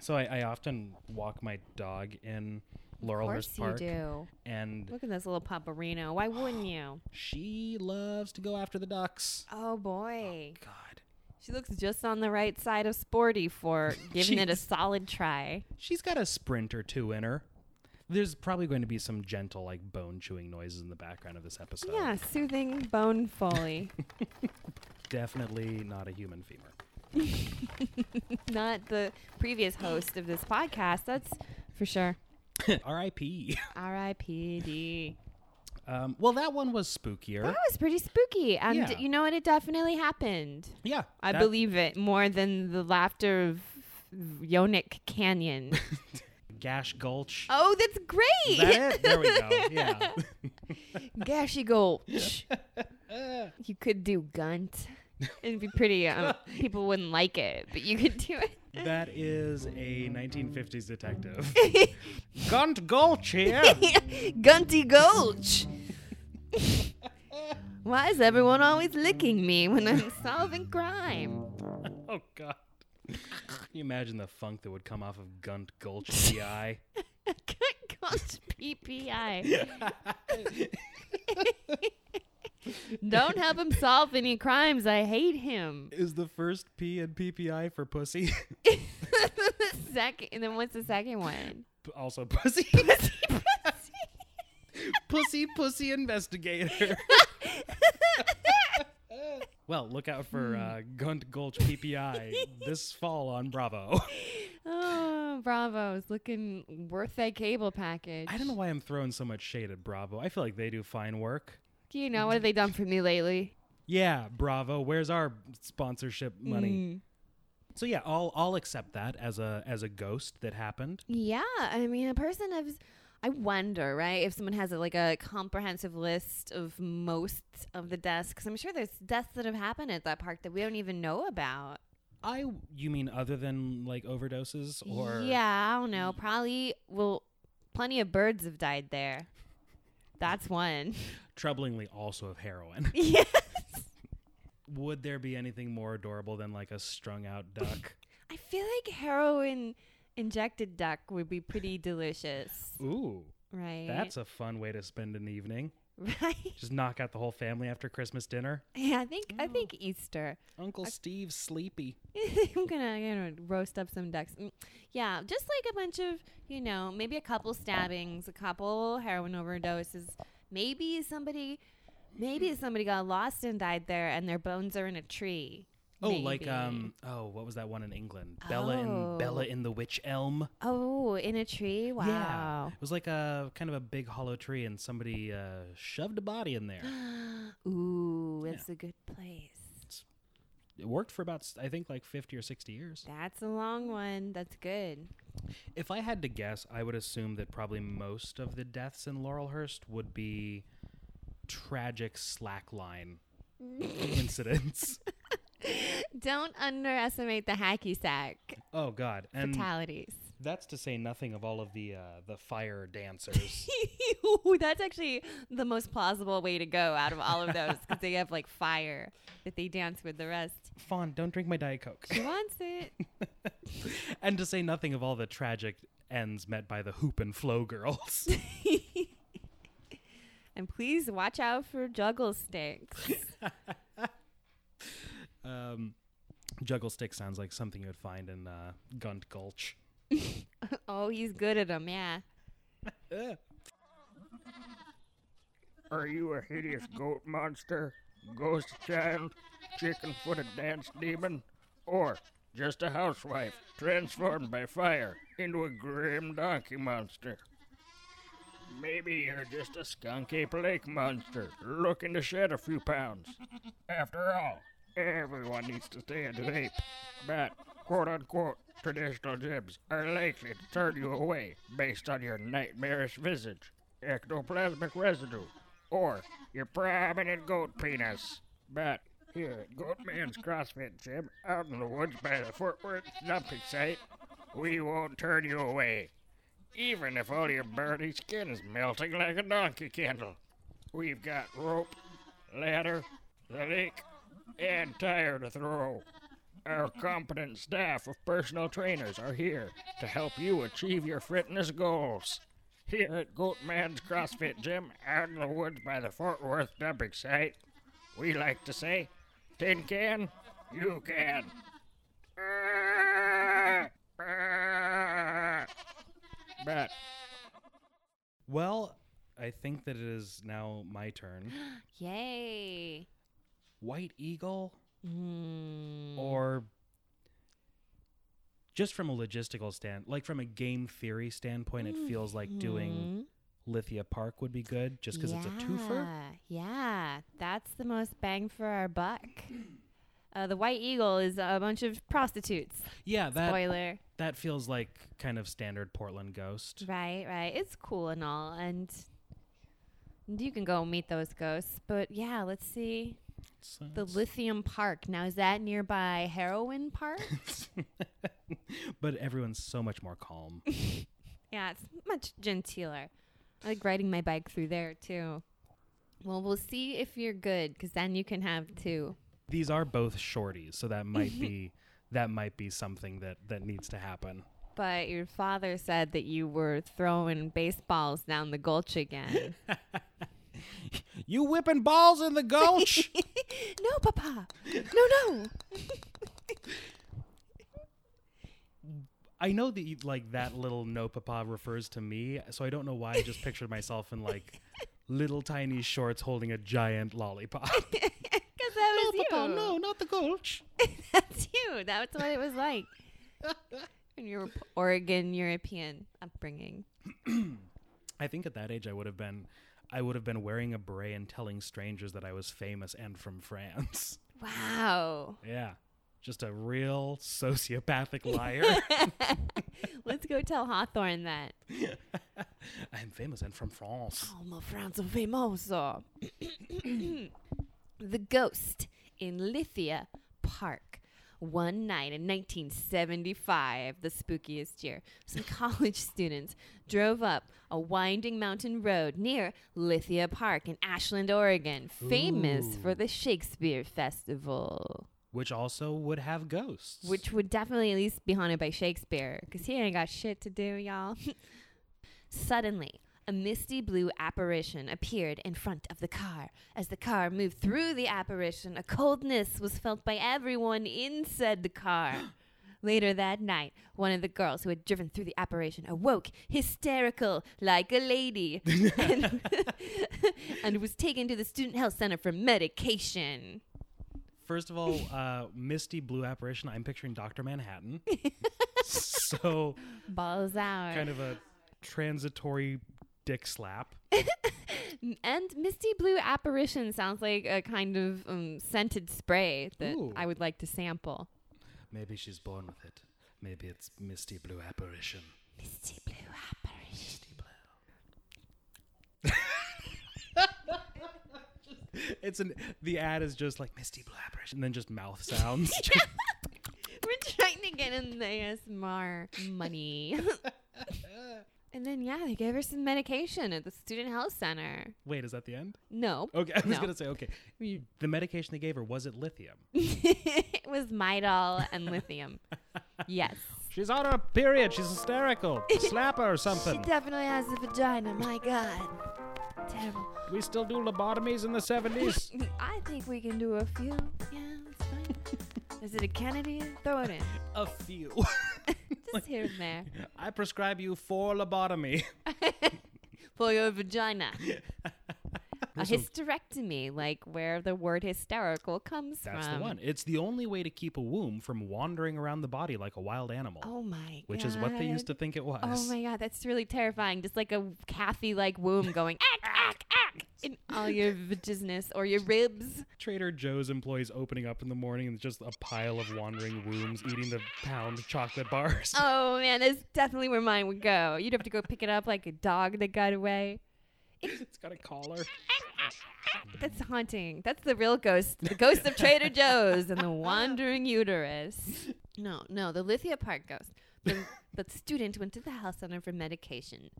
So I, I often walk my dog in
Of
Laurelhurst
course you
Park,
do. Mm.
and
Look at this little paparino. Why wouldn't you?
she loves to go after the ducks.
Oh boy.
God,
She looks just on the right side of sporty for giving it a
Jeez.
solid try.
she's got a sprint or two in her. There's probably going to be some gentle, like bone chewing noises in the background of this episode.
Yeah, soothing bone foley.
definitely not a human femur.
Not the previous host of this podcast, that's for sure.
R.I.P.
R.I.P.D.
Um, well, that one was spookier.
That was pretty spooky. And
Yeah.
you know what? It definitely happened.
yeah,
I
that-
believe it more than the laughter of Yonick Canyon.
Gash Gulch.
oh, that's great!
Is that it? There we go. Yeah.
Gashy Gulch. you could do Gunt. It'd be pretty. Um, people wouldn't like it, but you could do it.
That is a 1950s detective. Gunt Gulch here.
Gunty Gulch. Why is everyone always licking me when I'm solving crime?
oh God. Can you imagine the funk that would come off of Gunt Gulch GI?
Gunt Gulch PPI. Don't help him solve any crimes. I hate him.
is the first P and PPI for pussy?
second, and then what's the second one?
P- also pussy. pussy pussy investigator. Well, look out for uh, Gunt Gulch PPI this fall on Bravo.
Oh, Bravo is looking worth that cable package.
I don't know why I'm throwing so much shade at Bravo. I feel like they do fine work.
You know what have they done for me lately?
Yeah, Bravo, where's our sponsorship money?
Mm.
So yeah, I'll I'll accept that as a as a ghost that happened.
Yeah, I mean, a person of, I wonder, right, if someone has a, like a comprehensive list of most of the deaths, because I'm sure there's deaths that have happened at that park that we don't even know about.
I you mean other than like overdoses or
yeah, I don't know. Probably, well, plenty of birds have died there. That's one.
troublingly also of heroin?
yes.
Would there be anything more adorable than like a strung out duck?
I feel like heroin injected duck would be pretty delicious,
Ooh,
right?
that's a fun way to spend an evening.
right.
Just knock out the whole family after Christmas dinner.
Yeah, I think
Oh.
I think Easter.
Uncle Steve's sleepy.
I'm gonna, you know, roast up some ducks. Mm, Yeah, just like a bunch of, you know, maybe a couple stabbings, a couple heroin overdoses, maybe somebody, maybe somebody got lost and died there, and their bones are in a tree.
Oh, like
Maybe.
um oh, what was that one in England? Bella and
Oh.
Bella in the Witch Elm.
Oh, in a tree.
Yeah.
Wow.
It was like a kind of a big hollow tree and somebody uh, shoved a body in there.
Ooh, it's a good place.
It worked for about s- I think like 50 or 60 years.
That's a long one. That's good.
If I had to guess, I would assume that probably most of the deaths in Laurelhurst would be tragic slackline incidents.
Don't underestimate the hacky sack
Oh god. And
fatalities.
that's to say nothing of all of the uh, the fire dancers.
Ooh, that's actually the most plausible way to go out of all of those because they have like fire that they dance with the rest.
Fawn, don't drink my diet coke.
She wants it.
and to say nothing of all the tragic ends met by the hoop and flow girls.
And please watch out for juggle sticks.
um, juggle stick sounds like something you would find in uh, Gunt Gulch.
oh, he's good at them, yeah.
Are you a hideous goat monster, ghost child, chicken footed dance demon, or just a housewife transformed by fire into a grim donkey monster? Maybe you're just a skunky Blake monster looking to shed a few pounds. After all, everyone needs to stay in shape, but quote unquote traditional gyms are likely to turn you away based on your nightmarish visage, ectoplasmic residue, or your prominent goat penis. But here at Goatman's CrossFit Gym, out in the woods by the Fort Worth dumping site, we won't turn you away even if all your burning skin is melting like a donkey candle. We've got rope, ladder, the lake, and tire to throw. Our competent staff of personal trainers are here to help you achieve your fitness goals. Here at Goatman's CrossFit Gym, out in the woods by the Fort Worth dumping site, we like to say, Tin can, you can. But
Well, I think that it is now my turn.
Yay.
White Eagle,
Mm.
or just from a logistical stand, like from a game theory standpoint, it feels like doing Lithia Park would be good, just because it's a twofer.
Mm-hmm. Yeah, yeah. that's the most bang for our buck. Uh, the White Eagle is a bunch of prostitutes.
Yeah, that
Spoiler.
that feels like kind of standard Portland ghost.
Right, right. It's cool and all, and you can go meet those ghosts. But yeah, let's see
So
the Lithium Park. Now, is that nearby Heroin Park?
but everyone's so much more calm.
yeah, it's much genteeler. I like riding my bike through there too. Well, we'll see if you're good, because then you can have two.
These are both shorties, so that might be that might be something that that needs to happen.
But your father said that you were throwing baseballs down the gulch again.
You whipping balls in the gulch?
no, Papa. No, no.
I know that you, like that little no papa refers to me, so I don't know why I just pictured myself in like little tiny shorts holding a giant lollipop.
Because Because that was
the
you.
goal, no, not the gulch.
That's you. That's what it was like in your Oregon European upbringing.
I think at that age I would have been I would have been wearing a beret and telling strangers that I was famous and from France.
Wow.
Yeah. Just a real sociopathic liar.
Let's go tell Hawthorne that.
I'm famous and from France.
Como Franzo Famoso. the Ghost in Lithia Park. One night in 1975, the spookiest year, some college students drove up a winding mountain road near Lithia Park in Ashland, Oregon, famous for the Shakespeare Festival,
Which also would have ghosts.
which would definitely at least be haunted by Shakespeare, because he ain't got shit to do, y'all. Suddenly, a misty blue apparition appeared in front of the car. As the car moved through the apparition, a coldness was felt by everyone inside the car. Later that night, one of the girls who had driven through the apparition awoke, hysterical, like a lady, and, and was taken to the Student Health Center for medication.
First of all, uh, Misty Blue Apparition, I'm picturing Dr. Manhattan. so
Balls out.
kind of a transitory dick slap.
And Misty Blue Apparition sounds like a kind of um, scented spray that
Ooh.
I would like to sample.
Maybe she's born with it. Maybe it's Misty Blue Apparition.
Misty Blue Apparition.
It's an the ad is just like Misty Blue Apparition, and then just mouth sounds.
We're trying to get in the ASMR money. and then, yeah, they gave her some medication at the Student Health Center.
Wait, is that the end?
No.
Okay, I was
No.
gonna say okay. The medication they gave her was it lithium?
it was Midol and lithium. Yes.
She's on her period. She's hysterical. Slap her or something.
definitely has a vagina. My God. Terrible.
We still do lobotomies in the seventies.
I think we can do a few. Yeah, it's fine. Is it a Kennedy? Throw it in.
A few.
Just here and there.
I prescribe you four lobotomy.
For your vagina. A hysterectomy, like where the word hysterical comes
That's
from.
the one. It's the only way to keep a womb from wandering around the body like a wild animal,
Oh my
which is what they used to
God.
think it was.
Oh my god, that's really terrifying. Just like a Kathy like womb going ack ack ack in all your vaginas or your ribs.
Trader Joe's employees opening up in the morning and just a pile of wandering wombs eating the pound chocolate bars.
Oh man, that's definitely where mine would go. You'd have to go pick it up like a dog that got away.
it's got a collar.
That's haunting. That's the real ghost. The ghost of Trader Joe's and the wandering uterus. No, no, the Lithia Park ghost. The, the student went to the health center for medication.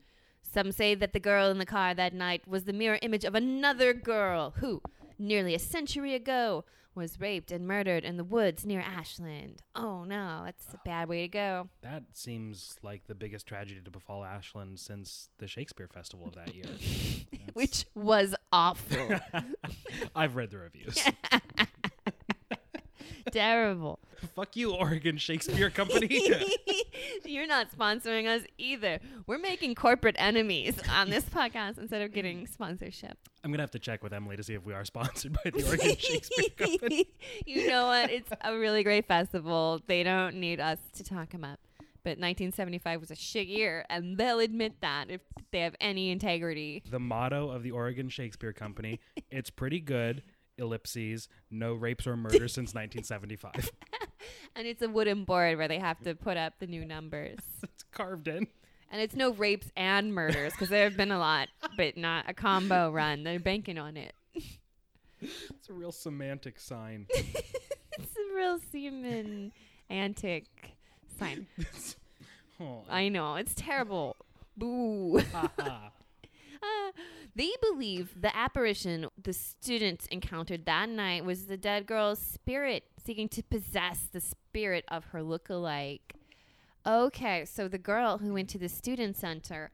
Some say that the girl in the car that night was the mirror image of another girl who, nearly a century ago, was raped and murdered in the woods near Ashland. Oh no, that's a bad way to go.
That seems like the biggest tragedy to befall Ashland since the Shakespeare Festival of that year.
Which was awful.
I've read the reviews.
Terrible.
Fuck you, Oregon Shakespeare Company.
You're not sponsoring us either. We're making corporate enemies on this podcast instead of getting sponsorship.
I'm going to have to check with Emily to see if we are sponsored by the Oregon Shakespeare Company.
you know what? It's a really great festival. They don't need us to talk them up. But 1975 was a shit year, and they'll admit that if they have any integrity.
The motto of the Oregon Shakespeare Company it's pretty good, ellipses, no rapes or murders since 1975.
And it's a wooden board where they have to put up the new numbers.
it's carved in.
And it's no rapes and murders because there have been a lot, but not a combo run. They're banking on it.
It's a real semantic sign.
It's a real semen antic sign.
Oh,
I know it's terrible. Boo.
ah.
Ah. they believe the apparition the students encountered that night was the dead girl's spirit seeking to possess the spirit of her look-alike. Okay, so the girl who went to the student center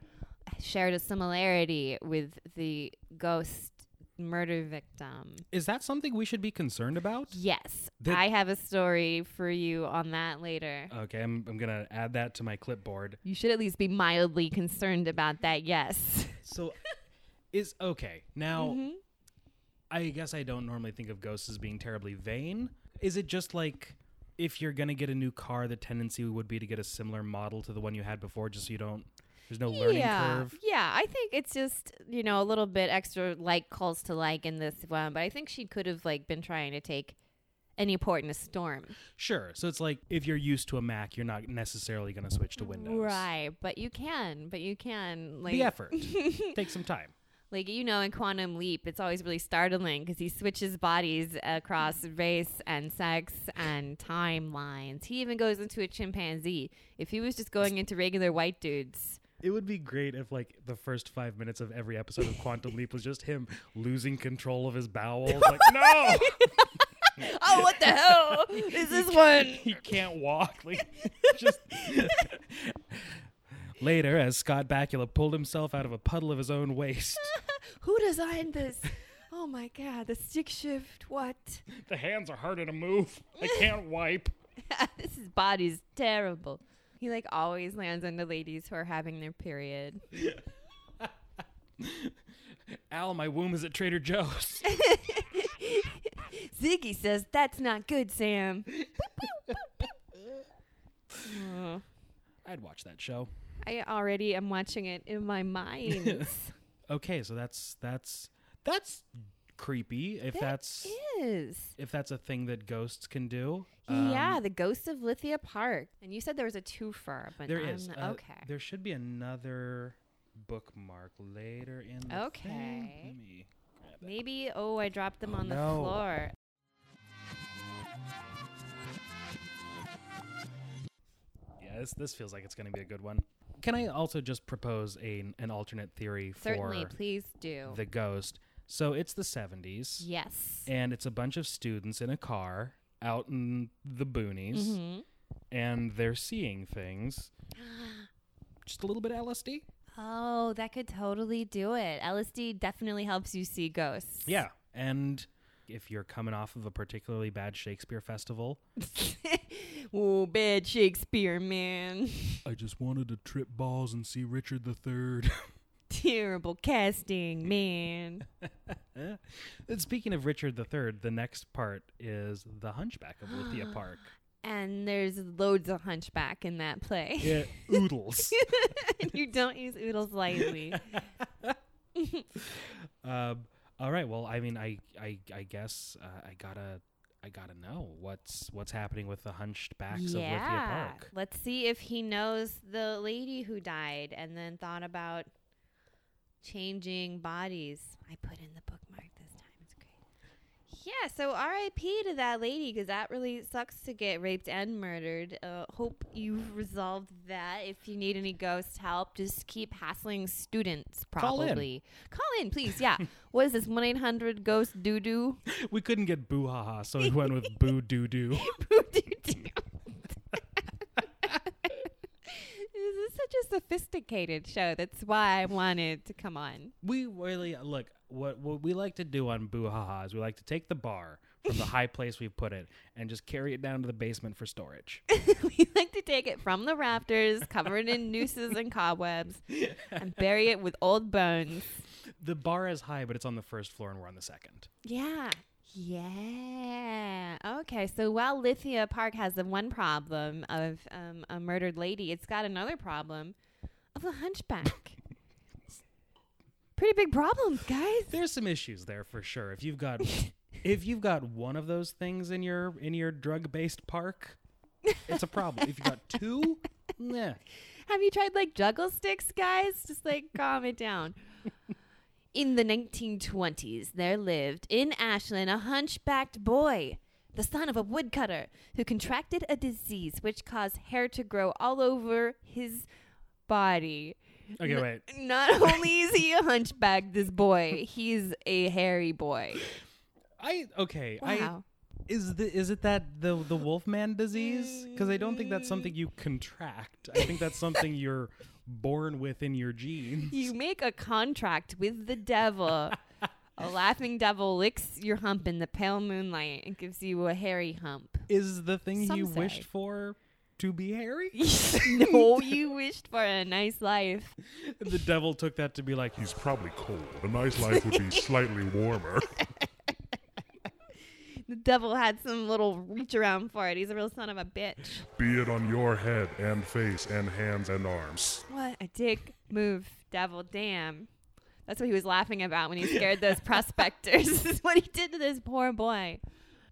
shared a similarity with the ghost murder victim.
Is that something we should be concerned about?
Yes,
The-
I have a story for you on that later.
Okay, I'm, I'm going to add that to my clipboard.
You should at least be mildly concerned about that, yes. Mm-hmm.
So, is okay. Now, I guess I don't normally think of ghosts as being terribly vain. Is it just like if you're going to get a new car, the tendency would be to get a similar model to the one you had before, just so you don't, there's no learning
yeah.
curve?
Yeah, I think it's just, you know, a little bit extra like calls to like in this one, but I think she could have like been trying to take any port in a storm.
Sure. So it's like if you're used to a Mac, you're not necessarily going to switch to Windows.
Right, but you can, but you can like
The effort takes some time.
like you know in Quantum Leap, it's always really startling because he switches bodies across race and sex and timelines. He even goes into a chimpanzee. If he was just going into regular white dudes,
It would be great if like the first five minutes of every episode of Quantum Leap was just him losing control of his bowels. Like, no,
oh what the hell is this one?
he can't walk. Like, just later, as Scott Bakula pulled himself out of a puddle of his own waste,
Who designed this? Oh my god, the stick shift. What?
the hands are harder to move. I can't wipe.
this is body's terrible. He like always lands on the ladies who are having their period.
Al, my womb is at Trader Joe's.
Ziggy says that's not good, Sam. Oh,
I'd watch that show.
I already am watching it in my mind.
Okay, so that's that's that's creepy. If that's
is.
if that's a thing that ghosts can do. Um,
yeah, the ghost of Lithia Park. And you said there was a twofer, but
There
I'm
is.
not-
uh,
okay.
There should be another bookmark later in the thing.
Okay.
Let me grab that.
Maybe oh, I dropped them
Oh,
on the
no.
floor.
Yeah, this, this feels like it's going to be a good one. Can I also just propose a, an alternate theory
Certainly,
for
please do.
the ghost? So it's the 70s,
yes.
and it's a bunch of students in a car out in the boonies,
Mhm.
and they're seeing things. Just a little bit LSD?
Oh, that could totally do it. LSD definitely helps you see ghosts.
Yeah. And if you're coming off of a particularly bad Shakespeare festival,
oh, bad Shakespeare, man.
I just wanted to trip balls and see Richard the Third.
Terrible casting, man.
And Speaking of Richard the Third, the next part is the Hunchback of Lithia Park.
And there's loads of hunchback in that play.
Yeah, oodles.
you don't use oodles lightly.
um, all right. Well, I mean, I, I, I guess uh, I gotta, I gotta know what's what's happening with the Hunchbacks of Lithia
yeah.
Park.
Let's see if he knows the lady who died and then thought about changing bodies. I put in the bookmark this time. It's great. Yeah, so RIP to that lady because that really sucks to get raped and murdered. Uh, hope you've resolved that. If you need any ghost help, just keep hassling students,
Call in.
probably. Call in, please. Yeah. what is this? 1 800 ghost doo doo?
We couldn't get boo ha ha, so we went with boo doo doo.
This is such a sophisticated show. That's why I wanted to come on.
We really look what what we like to do on boo ha ha is we like to take the bar from the high place we've put it and just carry it down to the basement for storage.
we like to take it from the rafters, covered in nooses and cobwebs, and bury it with old bones.
the bar is high, but it's on the first floor and we're on the second.
Yeah. Yeah. Okay. So while Lithia Park has the one problem of um, a murdered lady, it's got another problem of a hunchback. Pretty big problems, guys.
There's some issues there for sure. If you've got if you've got one of those things in your in your drug based park, it's a problem. if you got two, nah.
Have you tried like juggle sticks, guys? Just like calm it down. In the 1920s, there lived in Ashland a hunchbacked boy, the son of a woodcutter, who contracted a disease which caused hair to grow all over his body.
Okay, wait.
Not only is he a hunchback, this boy, he's a hairy boy.
I okay.
Wow.
I is the is it that the the Wolfman disease? Because I don't think that's something you contract. I think that's something you're born with in your genes.
you make a contract with the devil. a laughing devil licks your hump in the pale moonlight and gives you a hairy hump.
Is the thing
Some
you
say.
wished for to be hairy?
no, you wished for a nice life.
the devil took that to be like
He's probably cold. A nice life would be slightly warmer.
The devil had some little reach around for it. He's a real son of a bitch.
Be it on your head and face and hands and arms.
What a dick move, devil. Damn. That's what he was laughing about when he scared those prospectors. this is what he did to this poor boy.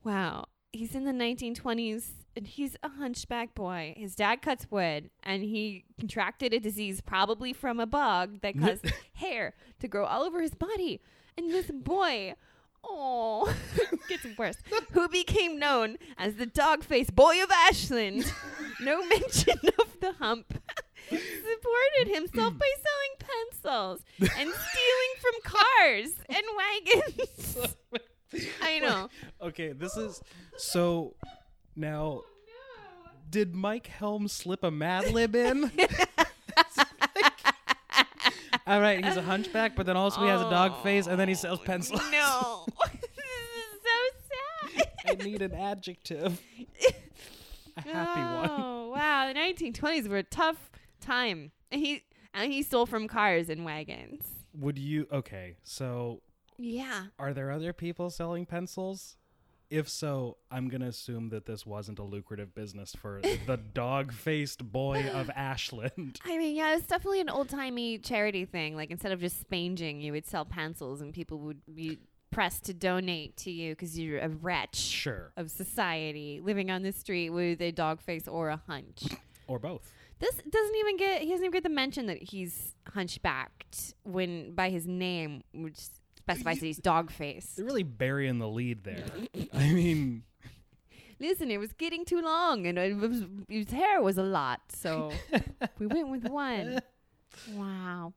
Wow. He's in the 1920s and he's a hunchback boy. His dad cuts wood and he contracted a disease, probably from a bug, that caused hair to grow all over his body. And this boy, oh, gets worse, who became known as the dog face boy of Ashland. No mention of the hump. supported himself by selling pencils and stealing from cars and wagons. I know.
Okay, this is so now did Mike Helm slip a Mad Lib in? All right, he's a hunchback, but then also he has a dog face, and then he sells pencils.
Oh. No. this is so
I
sad.
need an adjective. A happy one.
Oh, wow. The 1920s were a tough time. And he and he stole from cars and wagons.
Would you? Okay, so
Yeah.
are there other people selling pencils? If so, I'm gonna assume that this wasn't a lucrative business for the dog-faced boy of Ashland.
I mean, yeah, it's definitely an old timey charity thing. Like instead of just spanging, you would sell pencils, and people would be pressed to donate to you because you're a wretch
Sure,
of society living on the street with a dog face or a hunch.
or both.
this doesn't even get he doesn't even get the mention that he's hunchbacked when by his name, which specifies that he's dog face.
They're really burying the lead there. I mean,
Listen, it was getting too long, and it was, his hair was a lot, so we went with one. Wow.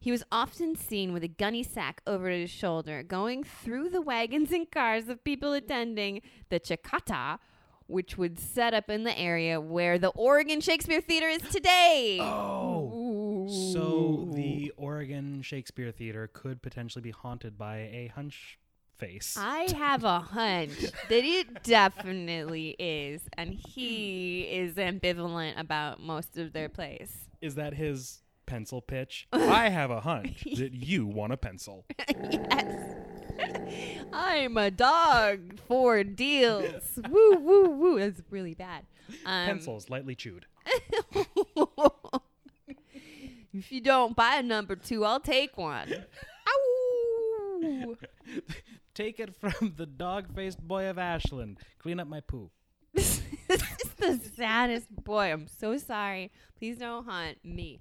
He was often seen with a gunny sack over his shoulder, going through the wagons and cars of people attending the Chicata, which would set up in the area where the Oregon Shakespeare Theater is today.
oh, so the Oregon Shakespeare Theater could potentially be haunted by a hunch face.
I have a hunch that it definitely is, and he is ambivalent about most of their plays.
Is that his pencil pitch? I have a hunch that you want a pencil.
I'm a dog for deals. woo woo woo. That's really bad. Um,
Pencils lightly chewed.
if you don't buy a number two, I'll take one. Ow!
Take it from the dog-faced boy of Ashland. Clean up my poo.
this is the saddest boy. I'm so sorry. Please don't haunt me.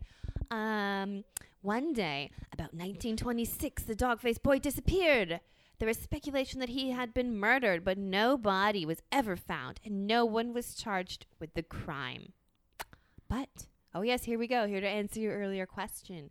Um, one day, about 1926, the dog-faced boy disappeared. There was speculation that he had been murdered, but no body was ever found, and no one was charged with the crime. But, oh yes, here we go. Here to answer your earlier question.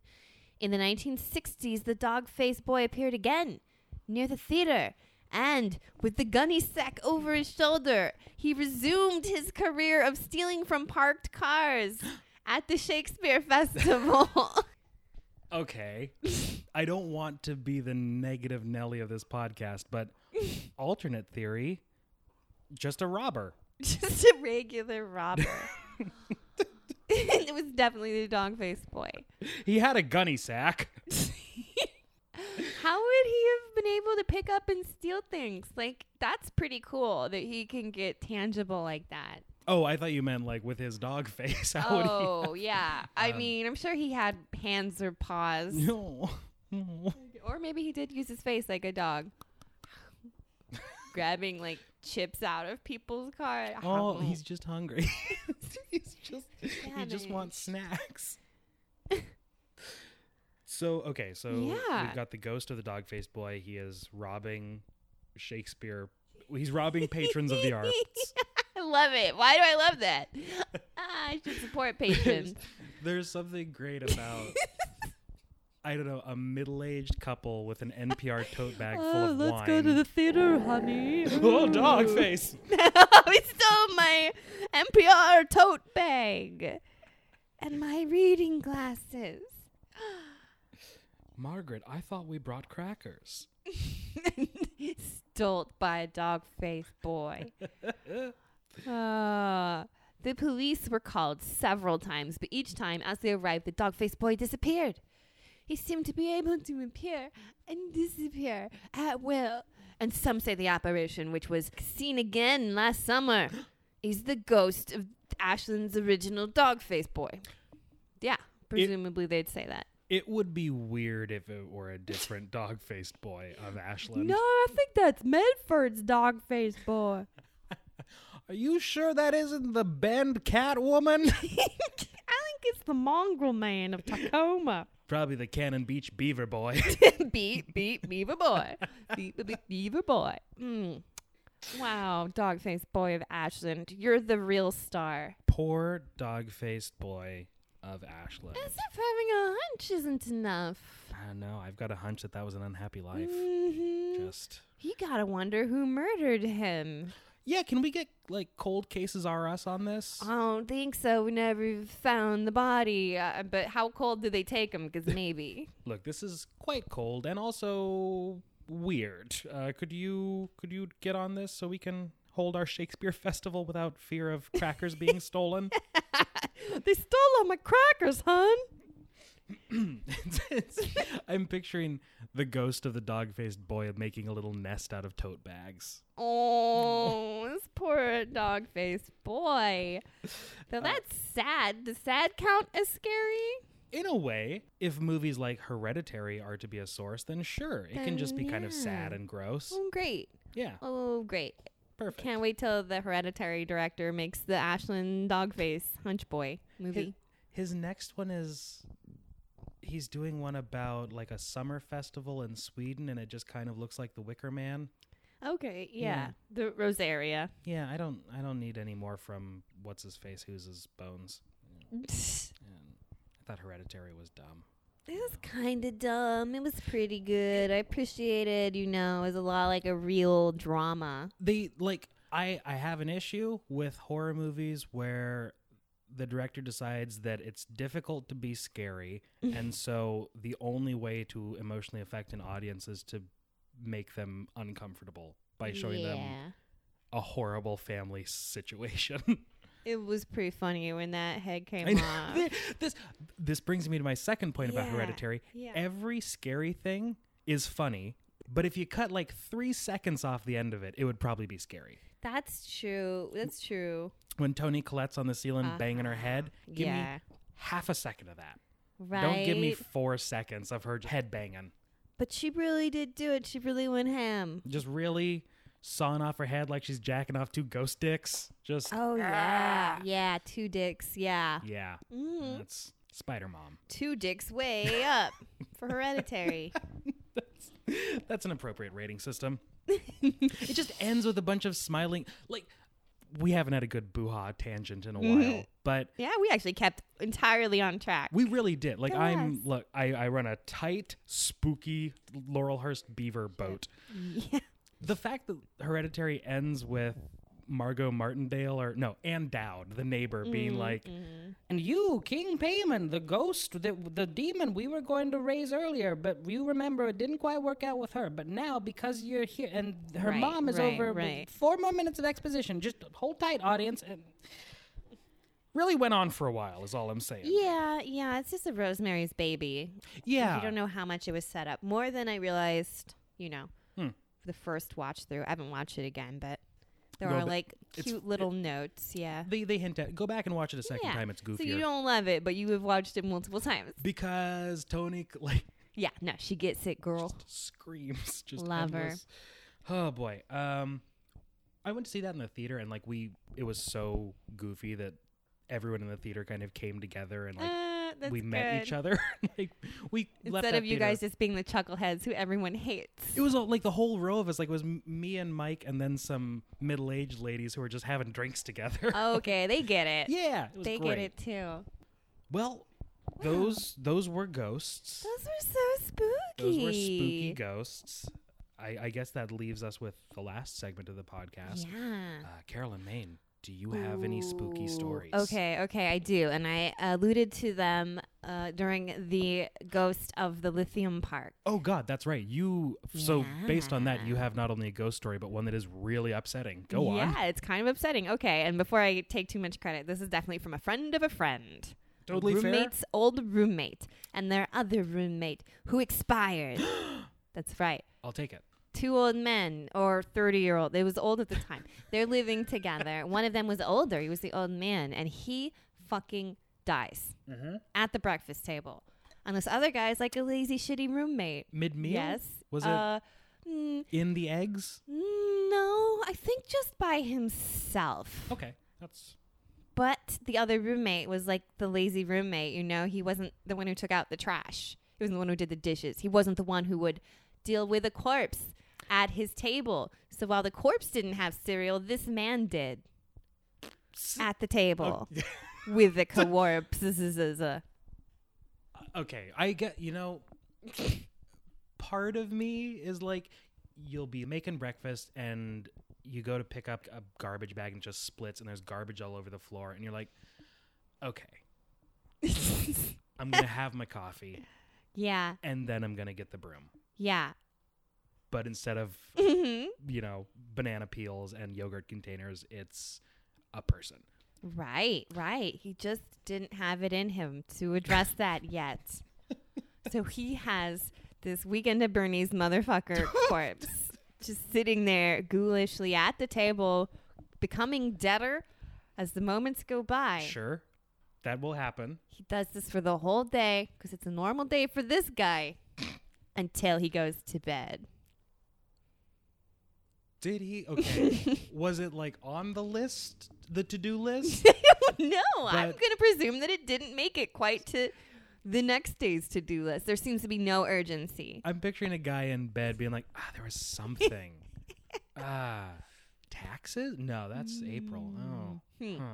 In the 1960s, the dog faced boy appeared again near the theater. And with the gunny sack over his shoulder, he resumed his career of stealing from parked cars at the Shakespeare Festival.
Okay. I don't want to be the negative Nelly of this podcast, but alternate theory, just a robber.
Just a regular robber. it was definitely the dog faced boy.
He had a gunny sack.
How would he have been able to pick up and steal things? Like, that's pretty cool that he can get tangible like that.
Oh, I thought you meant like with his dog face. How
Oh,
would he? Um,
yeah. I mean, I'm sure he had hands or paws.
No. No.
Or maybe he did use his face like a dog. Grabbing like chips out of people's car.
Oh, he's just hungry. he's just he just
Savage.
wants snacks. so okay, so
Yeah.
we've got the ghost of the dog faced boy. He is robbing Shakespeare. He's robbing patrons of the arts.
I love it. Why do I love that? Ah, I should support patrons.
There's something great about I don't know a middle-aged couple with an NPR tote bag full
Ah,
of wine.
theater, honey.
oh, dog face.
he stole my NPR tote bag and my reading glasses.
Margaret, I thought we brought crackers.
Stolt by a dog faced boy. Ah. the police were called several times, but each time as they arrived, the dog faced boy disappeared. He seemed to be able to appear and disappear at will, And some say the apparition, which was seen again last summer, is the ghost of Ashland's original dog face boy. Yeah, presumably they'd say that.
It would be weird if it were a different dog faced boy of Ashland.
No, I think that's Medford's dog face boy.
Are you sure that isn't the bend cat woman?
I think it's the mongrel man of Tacoma.
Probably the Cannon Beach beaver boy.
beep beep beaver boy beep beep, beep beaver boy mm. wow dog face boy of ashland you're the real star
Poor dog faced boy of Ashland.
as if having a hunch isn't enough
I don't know. I've got a hunch that that was an unhappy life.
hmm
Just.
you gotta wonder who murdered him
Yeah, can we get like cold cases R Us on this?
i don't think so we never found the body uh, but how cold did they take him because maybe
Look, this is quite cold and also weird. Uh, could you could you get on this so we can hold our Shakespeare festival without fear of crackers being stolen?
They stole all my crackers, hun.
It's- I'm picturing the ghost of the dog-faced boy making a little nest out of tote bags.
oh this poor dog face boy
Uh,
though that's sad does sad count as scary
in a way, if movies like Hereditary are to be a source, then sure, it can just be kind of
Then,
sad and gross.
oh great
Yeah,
Oh, great.
perfect.
Can't wait till the hereditary director makes the Ashland Dogface Hunch Boy
His,
movie.
his next one is he's doing one about like a summer festival in Sweden, and it just kind of looks like The Wicker Man.
Okay,
yeah.
The Rosaria.
Yeah, I don't, I don't need any more from what's his face, who's his bones. And I thought Hereditary was dumb.
It was kind of dumb. It was pretty good. I appreciated, you know, it was a lot like a real drama.
they like I I have an issue with horror movies where the director decides that it's difficult to be scary and so the only way to emotionally affect an audience is to make them uncomfortable by showing
yeah.
them a horrible family situation.
It was pretty funny when that head
And
came off.
this this brings me to my second point about
Yeah,
hereditary.
yeah.
Every scary thing is funny, but if you cut like 3 seconds off the end of it, it would probably be scary.
That's true. That's true.
when Tony Collette's on the ceiling banging her head, give
Uh-huh. Yeah.
me half a second of that.
Right.
Don't give me four seconds of her head banging.
but she really did do it. She really went ham.
Just really sawing off her head like she's jacking off two ghost dicks. Just
Oh, yeah. Yeah, two dicks. Yeah.
yeah,
Mm.
that's Spider Mom.
two dicks way up for hereditary.
That's an appropriate rating system. it just ends with a bunch of smiling. Like we haven't had a good boo ha tangent in a
Mm-hmm.
while, but
yeah, we actually kept entirely on track.
We really did. Like I'm
Yes.
look, I, I run a tight, spooky Laurelhurst beaver boat. The fact that Hereditary ends with Margot Martindale or no, Anne Dowd, the neighbor,
Mm-hmm.
being like,
And you, King Payman, the ghost, the, the demon we were going to raise earlier, but you remember it didn't quite work out with her. But now, because you're here, and her
Right,
mom is
right,
over with
right.
four more minutes of exposition. Just hold tight, audience. And
really went on for a while, is all I'm saying.
yeah, yeah, it's just a Rosemary's baby.
Yeah.
You don't know how much it was set up. More than I realized, you know,
Hmm.
the first watch through. I haven't watched it again, but there
No,
are
but
like
it's-
cute little notes. Yeah.
They they hint at go back and watch it a second
yeah.
time, it's goofier.
So you don't love it, but you have watched it multiple times.
because Tony like
Yeah, no, she gets it, girl.
screams just
Love her.
endless. oh boy um i went to see that in the theater and like we it was so goofy that everyone in the theater kind of came together and like
Uh, that's
we met each
good.
other like we left that
Instead of you guys
theater-
just being the chuckleheads who everyone hates.
it was all, like the whole row of us like it was m- me and mike and then some middle-aged ladies who were just having drinks together
Okay, they get it.
yeah it was
Oh, they
great.
get it too.
well those those were ghosts
Those were so spooky.
Those were spooky ghosts. I, I guess that leaves us with the last segment of the podcast.
Yeah.
Uh, Carolyn Maine, do you have any spooky stories?
Okay, okay, I do. And I alluded to them uh, during the ghost of the lithium park.
Oh God, that's right. You so based on that, you
Yeah.
have not only a ghost story, but one that is really upsetting. Go on.
Yeah, it's kind of upsetting. Okay, and before I take too much credit, this is definitely from a friend of a friend.
Totally fair.
roommate's old roommate and their other roommate who expired. That's right.
I'll take it.
two old men or 30 year old. It was old at the time. They're living together. One of them was older. He was the old man, and he fucking dies
Mm-hmm.
at the breakfast table. And this other guy's like a lazy, shitty roommate.
Mid meal?
Yes.
Was
uh,
it in the eggs?
No, I think just by himself.
Okay. That's
But the other roommate was like the lazy roommate, you know? He wasn't the one who took out the trash. He wasn't the one who did the dishes. He wasn't the one who would deal with a corpse at his table. So while the corpse didn't have cereal, this man did at the table with the corpse. This is- is a-
okay. I get, you know, part of me is like, you'll be making breakfast and you go to pick up a garbage bag and it just splits and there's garbage all over the floor and you're like, okay, I'm going to have my coffee
yeah,
and then I'm going to get the broom.
yeah.
But instead of,
hmm
you know, banana peels and yogurt containers, it's a person.
Right, right. He just didn't have it in him to address that yet. So he has this weekend at Bernie's motherfucker corpse just sitting there ghoulishly at the table, becoming deader as the moments go by.
Sure, that will happen.
He does this for the whole day because it's a normal day for this guy until he goes to bed.
Did he? Okay. Was it like on the list, the to do list?
I don't know. I'm
But-
going to presume that it didn't make it quite to the next day's to do list. There seems to be no urgency.
I'm picturing a guy in bed being like, ah, there was something. Ah, taxes? No, that's April. Oh.
Hmm.
Huh.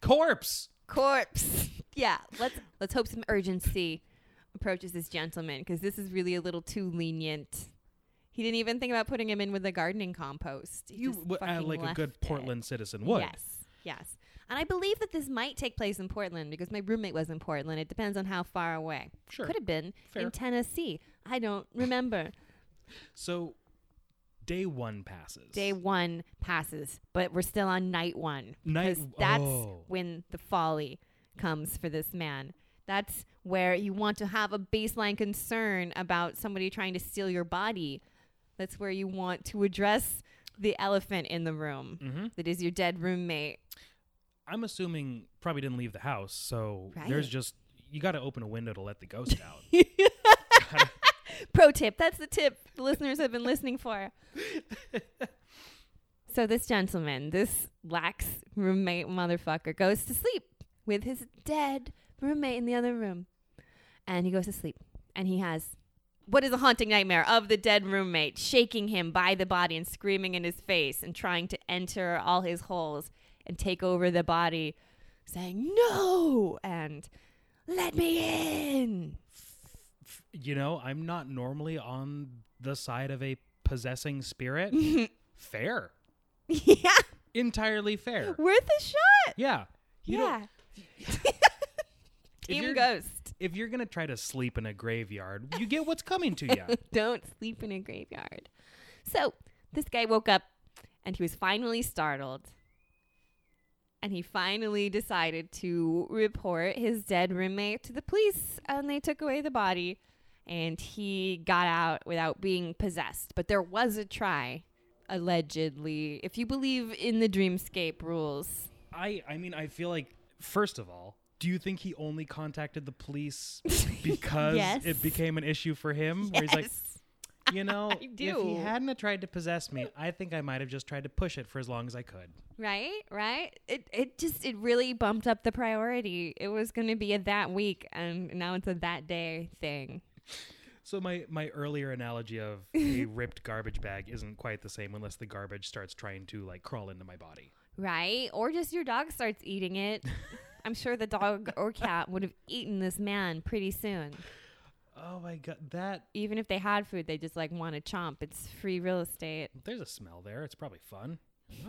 Corpse!
corpse. Yeah, let's let's hope some urgency approaches this gentleman because this is really a little too lenient. He didn't even think about putting him in with the gardening compost. He
You
just
w- uh,
fucking
like a
left
good
it.
Portland citizen would.
Yes, yes. And I believe that this might take place in Portland because my roommate was in Portland. It depends on how far away.
Sure.
Could have been
Fair.
in Tennessee. I don't remember.
So, day one passes.
Day one passes, but we're still on night one.
Night-
Because that's
oh.
when the folly comes for this man. That's where you want to have a baseline concern about somebody trying to steal your body. That's where you want to address the elephant in the room
Mm-hmm.
that is your dead roommate.
I'm assuming probably didn't leave the house, so there's
Right.
just, you got to open a window to let the ghost out.
Pro tip. That's the tip the listeners have been listening for. so this gentleman, this lax roommate motherfucker, goes to sleep with his dead roommate in the other room. And he goes to sleep. And he has what is a haunting nightmare of the dead roommate shaking him by the body and screaming in his face and trying to enter all his holes and take over the body, saying, No! And let me in!
you know, I'm not normally on the side of a possessing spirit. fair.
yeah,
Entirely fair.
worth a shot!
Yeah. You don't-
yeah. Team
you're-
Ghost.
if you're going to try to sleep in a graveyard, you get what's coming to you.
Don't sleep in a graveyard. So this guy woke up and he was finally startled. And he finally decided to report his dead roommate to the police and they took away the body and he got out without being possessed. But there was a try, allegedly. If you believe in the dreamscape rules,
I I mean, I feel like first of all, do you think he only contacted the police because
Yes.
it became an issue for him? Where he's like,
Yes.
you know,
I
if he
do.
hadn't have tried to possess me, I think I might have just tried to push it for as long as I could.
Right, right. It it just it really bumped up the priority. It was going to be a that week, and now it's a that day thing.
So my my earlier analogy of a ripped garbage bag isn't quite the same unless the garbage starts trying to like crawl into my body.
Right? Or just your dog starts eating it. I'm sure the dog or cat would have eaten this man pretty soon.
Oh my god, that
Even if they had food, they just like want to chomp. It's free real estate.
there's a smell there. It's probably fun.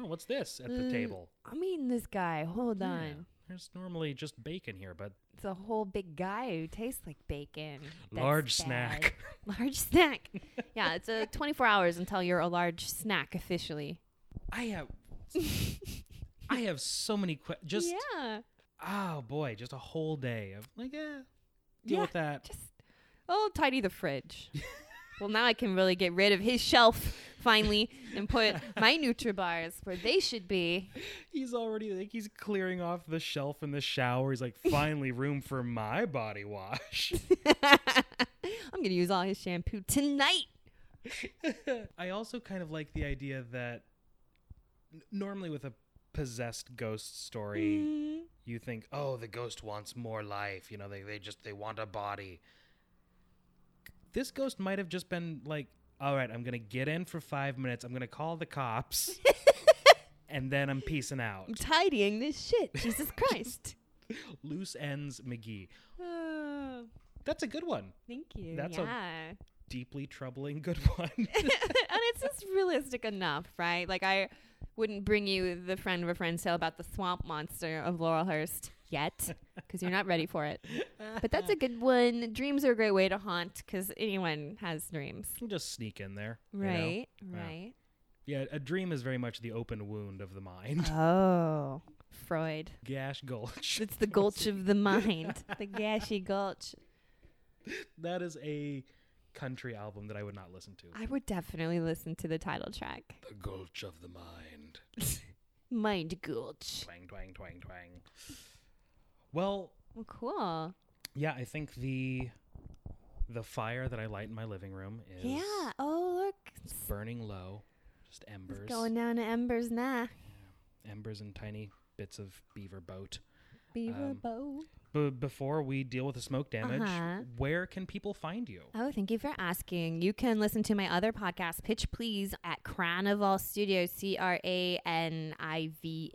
Oh, what's this at the
Mm,
table?
I'm eating this guy. Hold on.
Yeah, There's normally just bacon here, but
It's a whole big guy who tastes like bacon. That's
Large
bad.
snack.
Large snack. Yeah, it's a 24 hours until you're a large snack officially.
I have I have so many questions. Just
yeah.
oh boy, just a whole day of like yeah, eh, deal
Yeah,
with that.
Just oh, tidy the fridge. Well, now I can really get rid of his shelf finally and put my NutriBars where they should be.
He's already like he's clearing off the shelf in the shower. He's like, finally room for my body wash.
I'm gonna use all his shampoo tonight.
I also kind of like the idea that n- normally with a possessed ghost story, you think, oh, the ghost wants more life. You know, they, they just they want a body. This ghost might have just been like, all right, I'm gonna get in for five minutes. I'm gonna call the cops, and then I'm peacing out.
I'm tidying this shit. Jesus Christ.
Loose ends, McGee.
Oh,
That's a good one.
thank you.
That's a-
yeah.
Deeply troubling, good one.
and it's just realistic enough, right? Like I wouldn't bring you the friend of a friend's tale about the swamp monster of Laurelhurst yet, because you're not ready for it. But that's a good one. Dreams are a great way to haunt, because anyone has dreams,
You just sneak in there, you know?
right?
Yeah.
Right.
Yeah, a dream is very much the open wound of the mind.
Oh, Freud.
Gash Gulch.
It's the gulch of the mind, the gashy gulch.
That is a country album that I would not listen to.
I would definitely listen to the title track,
The Gulch of the Mind.
Mind Gulch.
Twang, twang, twang, twang. Well,
Well, cool.
yeah, I think the the fire that I light in my living room is
Yeah. Oh, look,
burning low. Just embers.
going down to embers now.
Embers and tiny bits of beaver boat.
Beaver
Um,
boat.
But before we deal with the smoke damage,
Uh-huh.
where can people find you?
Oh, thank you for asking. You can listen to my other podcast, Pitch Please, at Cranival Studio, C R A N I V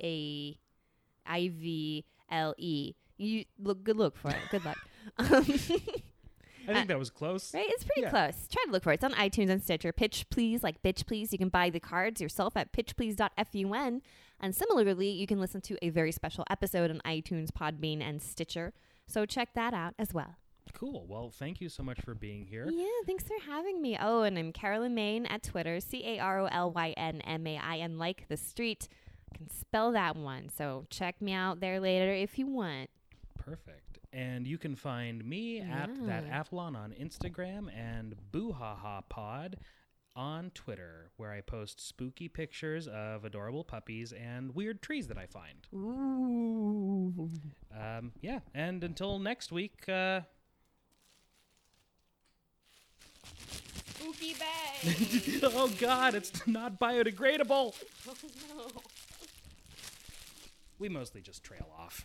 A I V L E. You look good. Look for it. Good luck. Um,
I think that was close.
Uh, right, it's pretty
Yeah.
close. Try to look for it. It's on iTunes and Stitcher. Pitch Please, like Bitch Please. You can buy the cards yourself at pitchplease.fun. And similarly, you can listen to a very special episode on iTunes, Podbean, and Stitcher. So check that out as well.
Cool. Well, thank you so much for being here.
Yeah, thanks for having me. Oh, and I'm Carolyn Main at Twitter, C A R O L Y N M A I N, like the street. I can spell that one. So check me out there later if you want.
Perfect. And you can find me at that Athlon on Instagram and Boohaha Pod on Twitter, where I post spooky pictures of adorable puppies and weird trees that I find.
Ooh.
Um, yeah. And until next week, uh,
Spooky bag.
oh God, it's not biodegradable.
no.
We mostly just trail off.